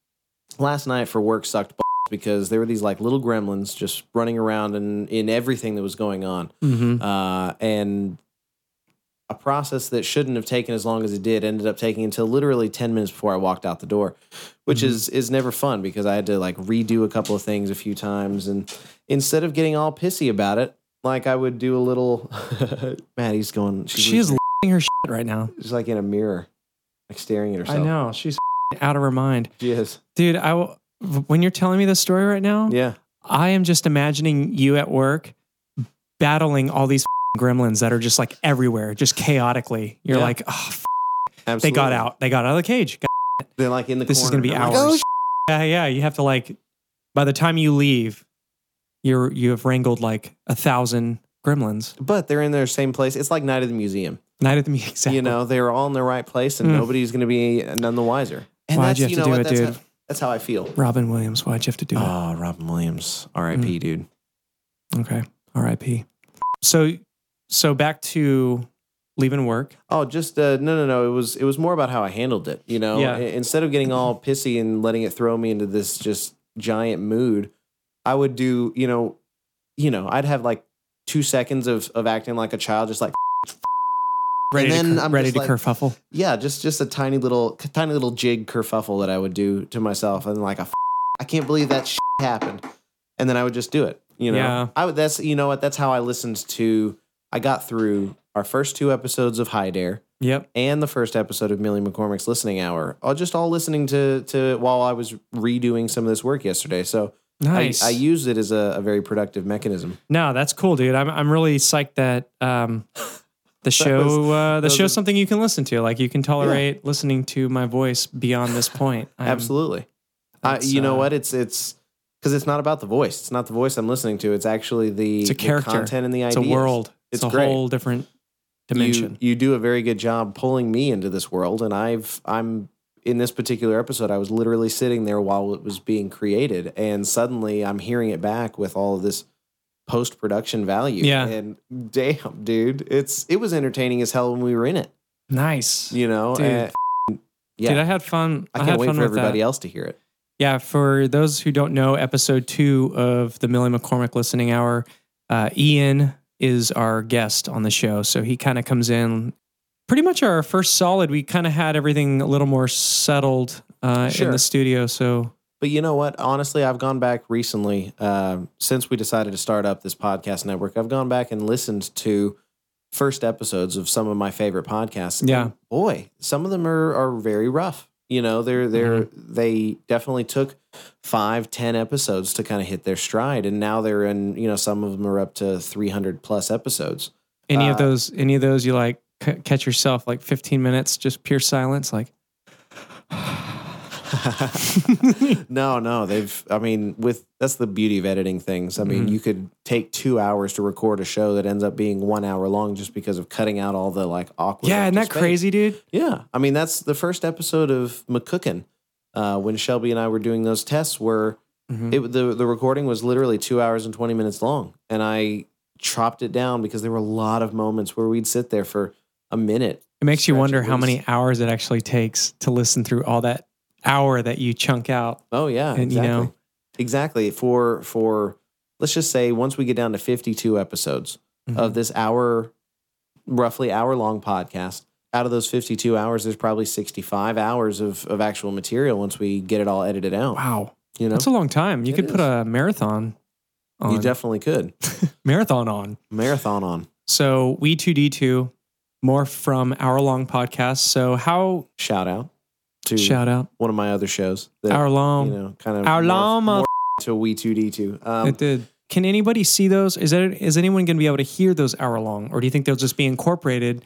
Speaker 2: last night for work sucked b- because there were these like little gremlins just running around and in everything that was going on,
Speaker 3: Mm-hmm.
Speaker 2: uh, and a process that shouldn't have taken as long as it did ended up taking until literally 10 minutes before I walked out the door, which
Speaker 3: Mm-hmm.
Speaker 2: is is never fun because I had to like redo a couple of things a few times and instead of getting all pissy about it, like I would do a little Maddie's going she's,
Speaker 3: She is losing her shit right now.
Speaker 2: she's like in a mirror, like staring at herself.
Speaker 3: I know she's out of her mind,
Speaker 2: She is.
Speaker 3: dude. I w- when you're telling me this story right now,
Speaker 2: Yeah.
Speaker 3: I am just imagining you at work battling all these gremlins that are just like everywhere, just chaotically. You're
Speaker 2: Yeah.
Speaker 3: like, oh, f- they
Speaker 2: Absolutely.
Speaker 3: got out. They got out of the cage. God,
Speaker 2: They're like in the
Speaker 3: this is gonna
Speaker 2: corner.
Speaker 3: be
Speaker 2: I'm like, "Oh,
Speaker 3: hours. yeah, yeah. You have to like, by the time you leave, you're you have wrangled like a thousand gremlins.
Speaker 2: "Oh, but they're in their same place. It's like night at the museum.
Speaker 3: Night at the Museum. Exactly.
Speaker 2: You know, they're all in the right place, and
Speaker 3: Mm.
Speaker 2: nobody's going to be none the wiser. And
Speaker 3: Why'd you have to do
Speaker 2: what?
Speaker 3: it,
Speaker 2: that's
Speaker 3: dude?
Speaker 2: How, that's how I feel.
Speaker 3: Robin Williams. Why'd you have to do it?
Speaker 2: Oh, Robin Williams, R.I.P.
Speaker 3: Mm.
Speaker 2: Dude. Uh.
Speaker 3: Okay. R.I.P. So, so back to leaving work.
Speaker 2: Oh, just uh, no, no, no. It was it was more about how I handled it. You know,
Speaker 3: Yeah.
Speaker 2: I- instead of getting all pissy and letting it throw me into this just giant mood, I would do. You know, you know, I'd have like two seconds of of acting like a child, just like
Speaker 3: Ready
Speaker 2: then
Speaker 3: to cur-
Speaker 2: I'm
Speaker 3: ready
Speaker 2: just
Speaker 3: to
Speaker 2: like-
Speaker 3: kerfuffle.
Speaker 2: yeah, just just a tiny little tiny little jig kerfuffle that I would do to myself, and like a f- I can't believe that shit happened, and then I would just do it. You know,
Speaker 3: Yeah.
Speaker 2: I would. That's you know what. That's how I listened to. I got through our first two episodes of High Dare
Speaker 3: Yep.
Speaker 2: and the first episode of Millie McCormick's Listening Hour. All just all listening to to while I was redoing some of this work yesterday. So
Speaker 3: Nice.
Speaker 2: I, I used it as a, a very productive mechanism.
Speaker 3: No, that's cool, dude. I'm I'm really psyched that um the show
Speaker 2: was-
Speaker 3: uh, the
Speaker 2: was
Speaker 3: show's
Speaker 2: a-
Speaker 3: something you can listen to. Like you can tolerate listening to my voice beyond this point. I'm-
Speaker 2: Absolutely. I,
Speaker 3: Um, that's,
Speaker 2: you know
Speaker 3: uh,
Speaker 2: what? It's it's because it's not about the voice. It's not the voice I'm listening to. It's actually the,
Speaker 3: It's a
Speaker 2: the
Speaker 3: character.
Speaker 2: content and the
Speaker 3: It's
Speaker 2: ideas.
Speaker 3: a world. It's,
Speaker 2: It's
Speaker 3: a
Speaker 2: great.
Speaker 3: whole different
Speaker 2: You,
Speaker 3: dimension.
Speaker 2: you do a very good job pulling me into this world, and I've I'm in this particular episode. I was literally sitting there while it was being created, and suddenly I'm hearing it back with all of this post production value.
Speaker 3: Yeah.
Speaker 2: and damn, dude, it's it was entertaining as hell when we were in it.
Speaker 3: nice.
Speaker 2: You know,
Speaker 3: Dude.
Speaker 2: and- yeah,
Speaker 3: Dude, I had fun.
Speaker 2: I,
Speaker 3: I,
Speaker 2: can't
Speaker 3: had
Speaker 2: wait
Speaker 3: fun
Speaker 2: for
Speaker 3: with
Speaker 2: everybody
Speaker 3: that.
Speaker 2: else to hear it.
Speaker 3: Yeah, for those who don't know, episode two of the Millie McCormick Listening Hour, uh, Ian is our guest on the show. So he kind of comes in pretty much our first solid. We kind of had everything a little more settled uh, in
Speaker 2: Sure.
Speaker 3: the studio. So
Speaker 2: But you know what? Honestly, I've gone back recently um, since we decided to start up this podcast network. I've gone back and listened to first episodes of some of my favorite podcasts.
Speaker 3: Yeah.
Speaker 2: And boy, some of them are are very rough. You know, they're they're they definitely took five, ten episodes to kind of hit their stride, and now they're in. You know, some of them are up to three hundred plus episodes.
Speaker 3: any of
Speaker 2: Uh,
Speaker 3: those, any of those you like c- catch yourself like 15 minutes, just pure silence. Like,
Speaker 2: no, no, they've. I mean, with that's the beauty of editing things. I mean,
Speaker 3: Mhm.
Speaker 2: you could take two hours to record a show that ends up being one hour long just because of cutting out all the like awkward.
Speaker 3: yeah, isn't
Speaker 2: empty
Speaker 3: that
Speaker 2: space.
Speaker 3: crazy, dude?
Speaker 2: Yeah, I mean, that's the first episode of McCookin. Uh, when Shelby and I were doing those tests, were
Speaker 3: Mhm.
Speaker 2: it the the recording was literally two hours and twenty minutes long, and I chopped it down because there were a lot of moments where we'd sit there for a minute.
Speaker 3: It makes you
Speaker 2: Scratch
Speaker 3: wonder
Speaker 2: it
Speaker 3: how many
Speaker 2: loose.
Speaker 3: hours it actually takes to listen through all that hour that you chunk out.
Speaker 2: Oh yeah,
Speaker 3: And, you
Speaker 2: exactly.
Speaker 3: know-
Speaker 2: exactly for for let's just say once we get down to 52 episodes
Speaker 3: Mm-hmm.
Speaker 2: of this hour roughly hour long podcast, out of those 52 hours there's probably 65 hours of of actual material once we get it all edited out,
Speaker 3: Wow.
Speaker 2: you know.
Speaker 3: That's a long time. You
Speaker 2: It
Speaker 3: could put
Speaker 2: is.
Speaker 3: a marathon on.
Speaker 2: You definitely could.
Speaker 3: marathon on.
Speaker 2: Marathon on.
Speaker 3: So we two D two, more from hour long podcast. So how
Speaker 2: Shout out to
Speaker 3: shout out
Speaker 2: one of my other shows that
Speaker 3: hour long.
Speaker 2: you know kind of
Speaker 3: Our long
Speaker 2: more to we 2d2. Um
Speaker 3: it did. Can anybody see those? Is that is anyone going to be able to hear those hour long, or do you think they'll just be incorporated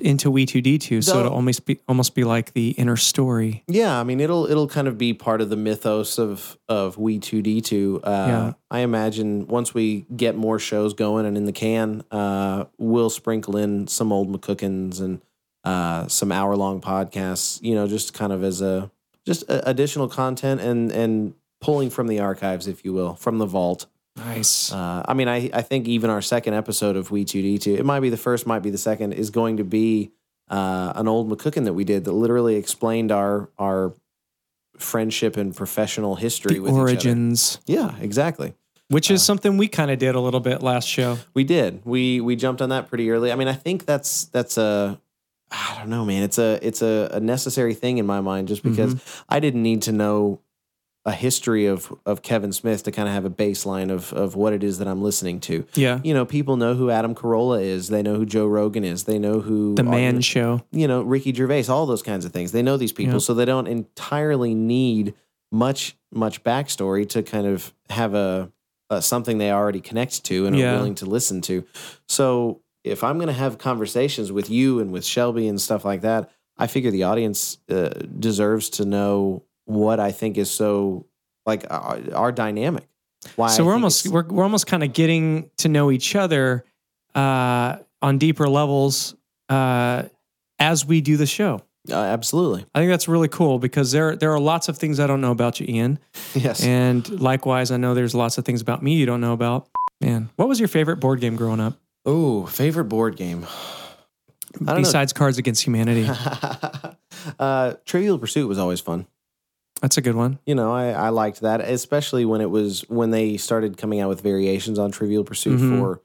Speaker 3: into We Two D Two? So
Speaker 2: They'll-
Speaker 3: it'll almost be almost be like the inner story.
Speaker 2: Yeah, I mean it'll it'll kind of be part of the mythos of of we two D two. Uh,
Speaker 3: Yeah.
Speaker 2: I imagine once we get more shows going and in the can, uh, we'll sprinkle in some old McCookins and uh, some hour long podcasts. You know, just kind of as a just a, additional content and and pulling from the archives, if you will, from the vault.
Speaker 3: Nice.
Speaker 2: Uh, I mean, I, I think even our second episode of We 2D2, it might be the first, might be the second, is going to be uh, an old McCookin that we did that literally explained our our friendship and professional history
Speaker 3: the
Speaker 2: with
Speaker 3: origins,
Speaker 2: each other. Yeah, exactly.
Speaker 3: which is something we kind of did a little bit last show.
Speaker 2: We did. We we jumped on that pretty early. I mean, I think that's that's a I don't know, man. It's a it's a, a necessary thing in my mind just because I didn't need to know a history of of Kevin Smith to kind of have a baseline of of what it is that I'm listening to.
Speaker 3: Yeah.
Speaker 2: You know, people know who Adam Carolla is. They know who Joe Rogan is. They know who
Speaker 3: The
Speaker 2: all
Speaker 3: man
Speaker 2: the-
Speaker 3: show.
Speaker 2: you know, Ricky Gervais, all those kinds of things. They know these people,
Speaker 3: Yeah.
Speaker 2: so they don't entirely need much much backstory to kind of have a, a something they already connect to and
Speaker 3: Yeah.
Speaker 2: are willing to listen to. So if I'm going to have conversations with you and with Shelby and stuff like that, I figure the audience uh, deserves to know what I think is so like our, our dynamic. Why? I
Speaker 3: so we're
Speaker 2: think
Speaker 3: almost
Speaker 2: it's-
Speaker 3: we're, we're almost kind of getting to know each other uh, on deeper levels uh, as we do the show.
Speaker 2: uh, absolutely
Speaker 3: I think that's really cool because there there are lots of things I don't know about you, Ian,
Speaker 2: yes.
Speaker 3: and likewise, I know there's lots of things about me you don't know about. Man, what was your favorite board game growing up
Speaker 2: oh, favorite board game. I don't know.
Speaker 3: besides Cards Against Humanity?
Speaker 2: uh, Trivial Pursuit was always fun.
Speaker 3: That's a good one.
Speaker 2: You know, I, I liked that, especially when it was when they started coming out with variations on Trivial Pursuit
Speaker 3: Mhm.
Speaker 2: for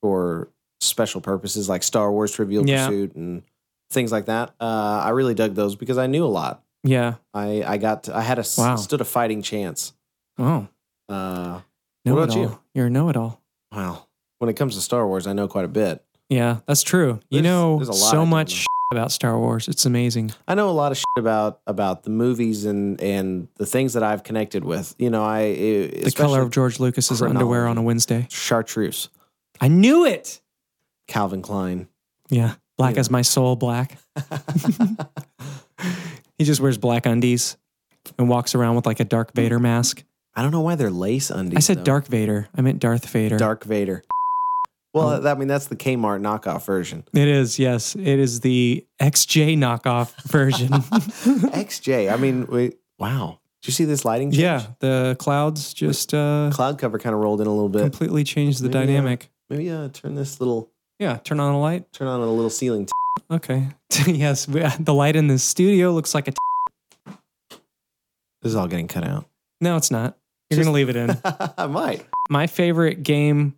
Speaker 2: for special purposes like Star Wars Trivial
Speaker 3: Yeah.
Speaker 2: Pursuit and things like that. Uh, I really dug those because I knew a lot.
Speaker 3: Yeah.
Speaker 2: I I got to, I had a s-
Speaker 3: Wow.
Speaker 2: stood a fighting chance.
Speaker 3: Oh,
Speaker 2: Uh,
Speaker 3: know
Speaker 2: What about
Speaker 3: it all.
Speaker 2: you?
Speaker 3: You're a know-it-all.
Speaker 2: well, when it comes to Star Wars, I know quite a bit.
Speaker 3: Yeah, that's true. you
Speaker 2: There's-
Speaker 3: know
Speaker 2: there's a lot I
Speaker 3: so
Speaker 2: don't
Speaker 3: much
Speaker 2: know.
Speaker 3: shit about Star Wars. It's amazing.
Speaker 2: I know a lot of shit about about the movies and and the things that I've connected with. You know, I e,
Speaker 3: The color of George Lucas's underwear
Speaker 2: chronology.
Speaker 3: on a Wednesday.
Speaker 2: chartreuse.
Speaker 3: I knew it.
Speaker 2: Calvin Klein.
Speaker 3: Yeah. Black
Speaker 2: Yeah.
Speaker 3: as my soul, black. He just wears black undies and walks around with like a Dark Vader
Speaker 2: Mm.
Speaker 3: mask.
Speaker 2: I don't know why they're lace undies.
Speaker 3: I said
Speaker 2: though.
Speaker 3: Dark Vader. I meant Darth Vader. Oh.
Speaker 2: Dark Vader. Well, that- I mean that's the Kmart knockoff version.
Speaker 3: It is, yes. It is the XJ knockoff version.
Speaker 2: XJ. I mean, we, wow. Did you see this lighting? Change?
Speaker 3: yeah. The clouds just uh,
Speaker 2: Cloud cover kind of rolled in a little bit.
Speaker 3: completely changed the
Speaker 2: Maybe, uh,
Speaker 3: dynamic.
Speaker 2: Maybe uh, turn this little,
Speaker 3: Yeah. Turn on a light.
Speaker 2: turn on a little ceiling. T-
Speaker 3: Okay. yes. we- the light in the studio looks like a. T-
Speaker 2: this is all getting cut out.
Speaker 3: no, it's not. You're going to leave it in.
Speaker 2: I might.
Speaker 3: my favorite game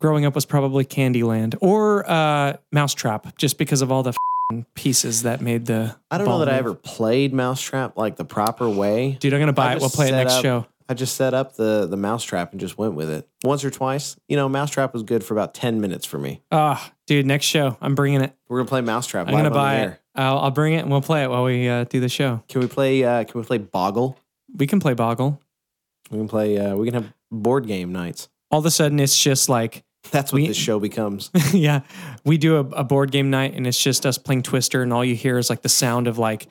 Speaker 3: growing up was probably Candyland or uh, Mousetrap, just because of all the f***ing pieces that made the.
Speaker 2: I don't
Speaker 3: ball
Speaker 2: know that I
Speaker 3: move.
Speaker 2: ever played Mousetrap like the proper way.
Speaker 3: Dude, I'm gonna
Speaker 2: I
Speaker 3: buy it. We'll
Speaker 2: just
Speaker 3: play it
Speaker 2: set
Speaker 3: next
Speaker 2: up-
Speaker 3: show.
Speaker 2: I just set up the the Mousetrap and just went with it once or twice. You know, Mousetrap was good for about ten minutes for me.
Speaker 3: Ah, dude, next show. I'm bringing it.
Speaker 2: We're gonna play Mousetrap.
Speaker 3: I'm
Speaker 2: live
Speaker 3: gonna
Speaker 2: on the
Speaker 3: buy
Speaker 2: air.
Speaker 3: it. I'll, I'll bring it and we'll play it while we uh, do the show.
Speaker 2: Can we play? Uh, can we play Boggle?
Speaker 3: We can play Boggle.
Speaker 2: We can play. Uh, we can have board game nights.
Speaker 3: All of a sudden, it's just like,
Speaker 2: That's what
Speaker 3: We-
Speaker 2: this show becomes.
Speaker 3: yeah, we do a, a board game night and it's just us playing Twister, and all you hear is like the sound of like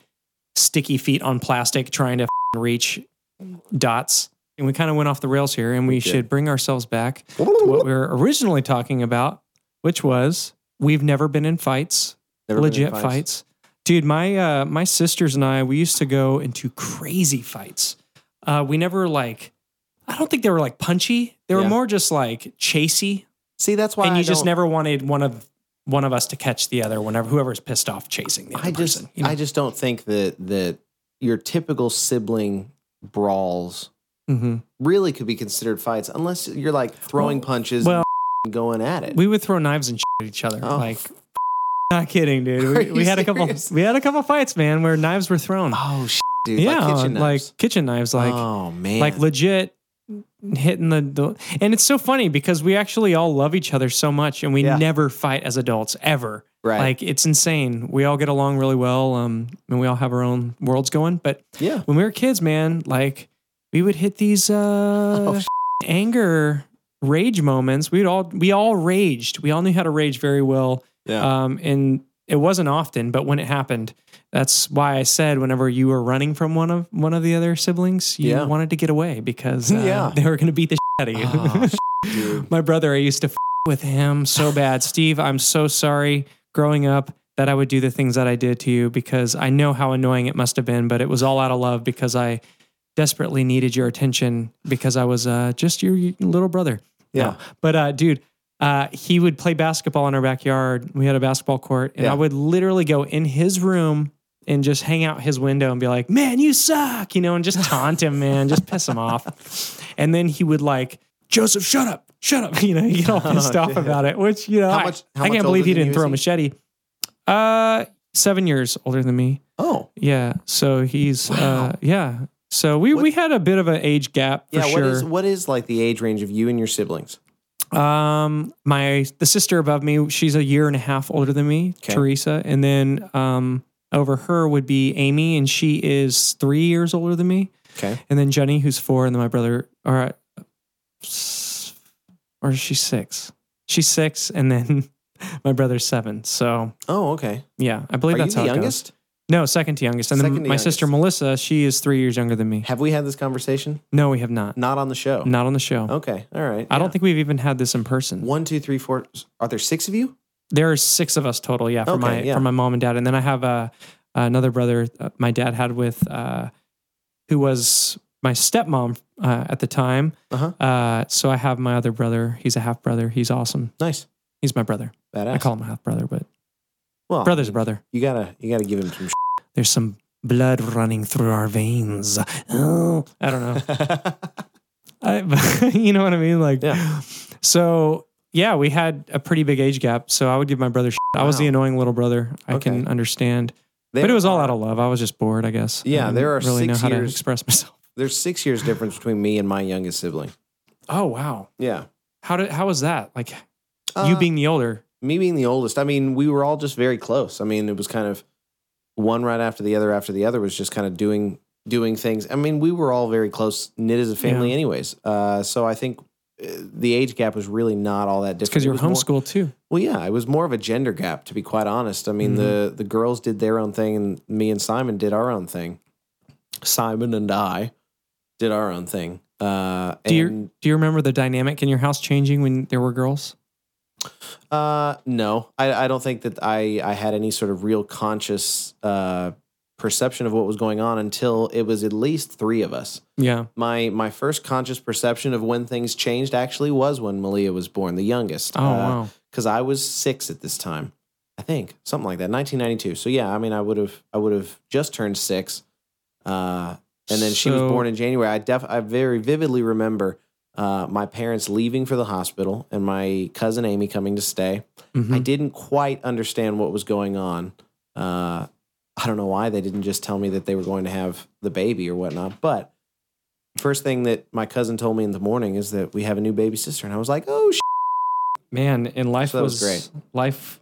Speaker 3: sticky feet on plastic trying to f***ing reach dots. And we kind of went off the rails here, and we
Speaker 2: did.
Speaker 3: should bring ourselves back to what we were originally talking about, which was we've never been in fights,
Speaker 2: Never been in
Speaker 3: legit fights. Dude, my uh, my sisters and I, we used to go into crazy fights. Uh, we never like, I don't think they were like punchy. They were
Speaker 2: Yeah.
Speaker 3: more just like chasey.
Speaker 2: See, that's why
Speaker 3: and
Speaker 2: I
Speaker 3: you just
Speaker 2: don't-
Speaker 3: never wanted one of one of us to catch the other whenever whoever's pissed off chasing the other
Speaker 2: I just.
Speaker 3: person, you know?
Speaker 2: I just don't think that that your typical sibling brawls
Speaker 3: Mhm.
Speaker 2: really could be considered fights unless you're like throwing
Speaker 3: Well-
Speaker 2: punches
Speaker 3: well-
Speaker 2: and going at it.
Speaker 3: We would throw knives and shit at each other.
Speaker 2: Oh.
Speaker 3: Like, not kidding, dude.
Speaker 2: Are
Speaker 3: We,
Speaker 2: you
Speaker 3: we had a couple.
Speaker 2: serious?
Speaker 3: We had a couple fights, man, where knives were thrown.
Speaker 2: oh shit, dude!
Speaker 3: yeah,
Speaker 2: like kitchen knives.
Speaker 3: kitchen knives, like
Speaker 2: oh man,
Speaker 3: like legit hitting the, the. And it's so funny because we actually all love each other so much, and we
Speaker 2: Yeah.
Speaker 3: never fight as adults ever.
Speaker 2: right?
Speaker 3: Like it's insane. We all get along really well, um, and we all have our own worlds going. But
Speaker 2: yeah.
Speaker 3: when we were kids, man, like we would hit these uh
Speaker 2: sh-
Speaker 3: anger rage moments. We'd all we all raged. We all knew how to rage very well.
Speaker 2: Yeah.
Speaker 3: Um and it wasn't often, but when it happened, that's why I said whenever you were running from one of one of the other siblings, you
Speaker 2: Yeah.
Speaker 3: wanted to get away because uh,
Speaker 2: Yeah.
Speaker 3: they were going to beat the shit out of you.
Speaker 2: Oh, shit, dude.
Speaker 3: My brother, I used to f- with him so bad. Steve, I'm so sorry growing up that I would do the things that I did to you because I know how annoying it must have been, but it was all out of love because I desperately needed your attention because I was uh, just your little brother. No.
Speaker 2: Yeah.
Speaker 3: But uh, dude, uh, he would play basketball in our backyard. We had a basketball court, and
Speaker 2: Yeah.
Speaker 3: I would literally go in his room and just hang out his window and be like, "Man, you suck," you know, and just taunt him, man, just piss him off. And then he would like, "Joseph, shut up, shut up," you know, you get all pissed off about it. Which you know,
Speaker 2: Oh, How
Speaker 3: I-
Speaker 2: much-
Speaker 3: I,
Speaker 2: how much
Speaker 3: can't believe
Speaker 2: older
Speaker 3: he
Speaker 2: than
Speaker 3: didn't
Speaker 2: you
Speaker 3: throw a
Speaker 2: is
Speaker 3: machete. Uh, seven years older than me.
Speaker 2: Oh,
Speaker 3: Yeah. So he's uh yeah. So we we had a bit of an age gap for
Speaker 2: yeah.
Speaker 3: sure.
Speaker 2: What is what is like the age range of you and your siblings?
Speaker 3: um my the sister above me, she's a year and a half older than me,
Speaker 2: Okay.
Speaker 3: Teresa, and then um over her would be Amy and she is 3 years older than me,
Speaker 2: Okay.
Speaker 3: and then Jenny who's 4 and then my brother or uh, s- or is she 6? She's 6 and then my brother's 7. So
Speaker 2: Oh, okay.
Speaker 3: yeah, I believe
Speaker 2: Are you
Speaker 3: that's
Speaker 2: the
Speaker 3: how it goes.
Speaker 2: youngest?
Speaker 3: No, second to youngest. And then
Speaker 2: Second to
Speaker 3: my sister Melissa, she is 3 years younger than me.
Speaker 2: Have we had this conversation?
Speaker 3: No, we have not.
Speaker 2: Not on the show.
Speaker 3: Not on the show.
Speaker 2: Okay. All right.
Speaker 3: I don't think we've even had this in person.
Speaker 2: One, two, three, four. Are there six of you?
Speaker 3: There are six of us total. Yeah, from
Speaker 2: Okay,
Speaker 3: my
Speaker 2: yeah.
Speaker 3: from my mom and dad, and then I have uh, another brother uh, my dad had with uh, who was my stepmom uh, at the time.
Speaker 2: Uh-huh.
Speaker 3: Uh, so I have my other brother. He's a half brother. He's awesome.
Speaker 2: Nice.
Speaker 3: He's my brother.
Speaker 2: Badass.
Speaker 3: I call him a half brother, but
Speaker 2: well,
Speaker 3: brother's a brother.
Speaker 2: You gotta you gotta give him some.
Speaker 3: There's some blood running through our veins. Oh, I don't know. I, you know what I mean? Like,
Speaker 2: Yeah.
Speaker 3: so yeah, we had a pretty big age gap. So I would give my brother. Shit. I was
Speaker 2: Wow.
Speaker 3: the annoying little brother. I can
Speaker 2: Okay.
Speaker 3: understand,
Speaker 2: There
Speaker 3: but it was all
Speaker 2: are-
Speaker 3: out of love. I was just bored, I guess. I
Speaker 2: Yeah,
Speaker 3: didn't
Speaker 2: there are
Speaker 3: really
Speaker 2: six
Speaker 3: know how to
Speaker 2: years-
Speaker 3: express myself.
Speaker 2: There's six years difference between me and my youngest sibling.
Speaker 3: Oh wow,
Speaker 2: Yeah.
Speaker 3: how did how was that? Like you
Speaker 2: Uh,
Speaker 3: being the older.
Speaker 2: me being the oldest, I mean, we were all just very close. I mean, it was kind of one right after the other after the other was just kind of doing doing things. I mean, we were all very close knit as a family, anyways. Uh, so I think uh, the age gap was really not all that different.
Speaker 3: It's because you
Speaker 2: It
Speaker 3: were
Speaker 2: was more-
Speaker 3: homeschooled too.
Speaker 2: well, yeah, it was more of a gender gap, to be quite honest. I mean,
Speaker 3: Mm-hmm.
Speaker 2: the the girls did their own thing, and me and Simon did our own thing. Simon and I did our own thing. Uh,
Speaker 3: Do
Speaker 2: and-
Speaker 3: you do you remember the dynamic in your house changing when there were girls?
Speaker 2: Uh, no, I, I don't think that I, I had any sort of real conscious uh, perception of what was going on until it was at least three of us.
Speaker 3: Yeah.
Speaker 2: My my first conscious perception of when things changed actually was when Malia was born, the youngest.
Speaker 3: Oh wow.
Speaker 2: Because I was six at this time, I think something like that, 1992. So yeah, I mean, I would have I would have just turned six, uh, and then she was
Speaker 3: So-
Speaker 2: born in January. I def I very vividly remember. Uh, my parents leaving for the hospital and my cousin Amy coming to stay. I
Speaker 3: Mhm.
Speaker 2: didn't quite understand what was going on. Uh, I don't know why they didn't just tell me that they were going to have the baby or whatnot. But first thing that my cousin told me in the morning is that we have a new baby sister, and I was like, "Oh, sh-.
Speaker 3: Man, and life
Speaker 2: So that was
Speaker 3: was, Life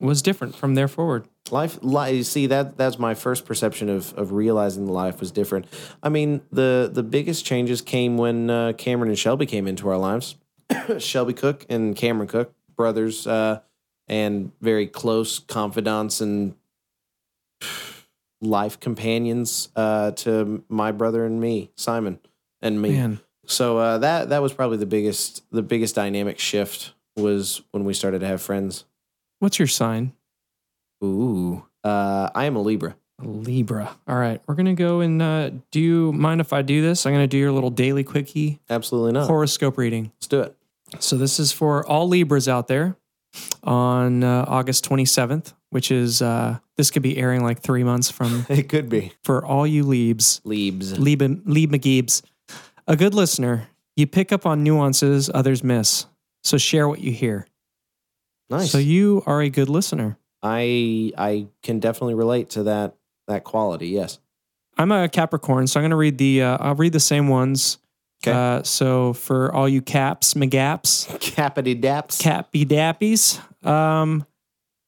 Speaker 3: was different from there forward.
Speaker 2: life." Li- you see that that's my first perception of of realizing the life was different. I mean, the the biggest changes came when uh, Cameron and Shelby came into our lives. Shelby Cook and Cameron Cook, brothers, uh, and very close confidants and life companions uh, to my brother and me, Simon and me.
Speaker 3: Man.
Speaker 2: So uh, that that was probably the biggest the biggest dynamic shift was when we started to have friends.
Speaker 3: What's your sign?
Speaker 2: Ooh, uh, I am a Libra.
Speaker 3: Libra. All right, we're gonna go and uh, do you mind if I do this? I'm gonna do your little daily quickie
Speaker 2: Absolutely not.
Speaker 3: horoscope reading.
Speaker 2: Let's do it.
Speaker 3: So this is for all Libras out there on uh, August 27th, which is uh, this could be airing like three months from
Speaker 2: It could be
Speaker 3: for all you Libs.
Speaker 2: Libs.
Speaker 3: Lieb, Lieb McGeebs. A good listener, you pick up on nuances others miss. So share what you hear.
Speaker 2: Nice.
Speaker 3: So you are a good listener.
Speaker 2: I I can definitely relate to that that quality. Yes.
Speaker 3: I'm a Capricorn, so I'm going to read the. Uh, I'll read the same ones.
Speaker 2: 'Kay.
Speaker 3: Uh, so for all you caps, McGaps,
Speaker 2: Capity daps.
Speaker 3: cappy dappies, um,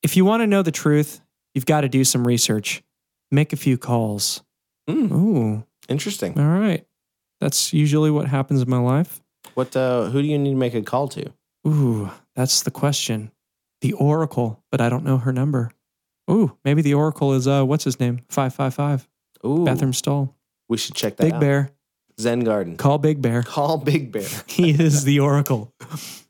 Speaker 3: if you want to know the truth, you've got to do some research. Make a few calls.
Speaker 2: Mm,
Speaker 3: Ooh,
Speaker 2: interesting.
Speaker 3: all right. That's usually what happens in my life.
Speaker 2: What? Uh, who do you need to make a call to?
Speaker 3: Ooh, that's the question. The Oracle, but I don't know her number. Ooh, maybe the Oracle is uh, what's his name? Five five five.
Speaker 2: Ooh,
Speaker 3: Bathroom stall.
Speaker 2: We should check that
Speaker 3: Big
Speaker 2: out.
Speaker 3: Bear.
Speaker 2: Zen Garden.
Speaker 3: Call Big Bear.
Speaker 2: Call Big Bear.
Speaker 3: He is the Oracle.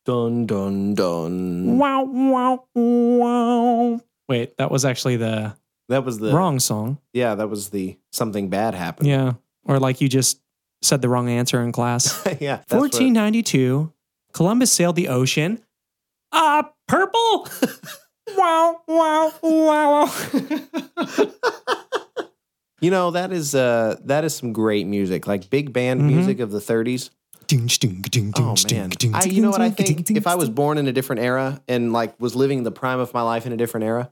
Speaker 2: Dun dun dun.
Speaker 3: wow wow wow. Wait, that was actually the
Speaker 2: That was the
Speaker 3: wrong song.
Speaker 2: Yeah, that was the something bad happened.
Speaker 3: Yeah. or like you just said the wrong answer in class.
Speaker 2: yeah. that's what-
Speaker 3: 1492, Columbus sailed the ocean. Ah, purple. wow, wow, wow, wow.
Speaker 2: You know that is uh that is some great music, like big band
Speaker 3: Mhm.
Speaker 2: music of the 30s. Oh man, I, you know what I think? If I was born in a different era and like was living the prime of my life in a different era,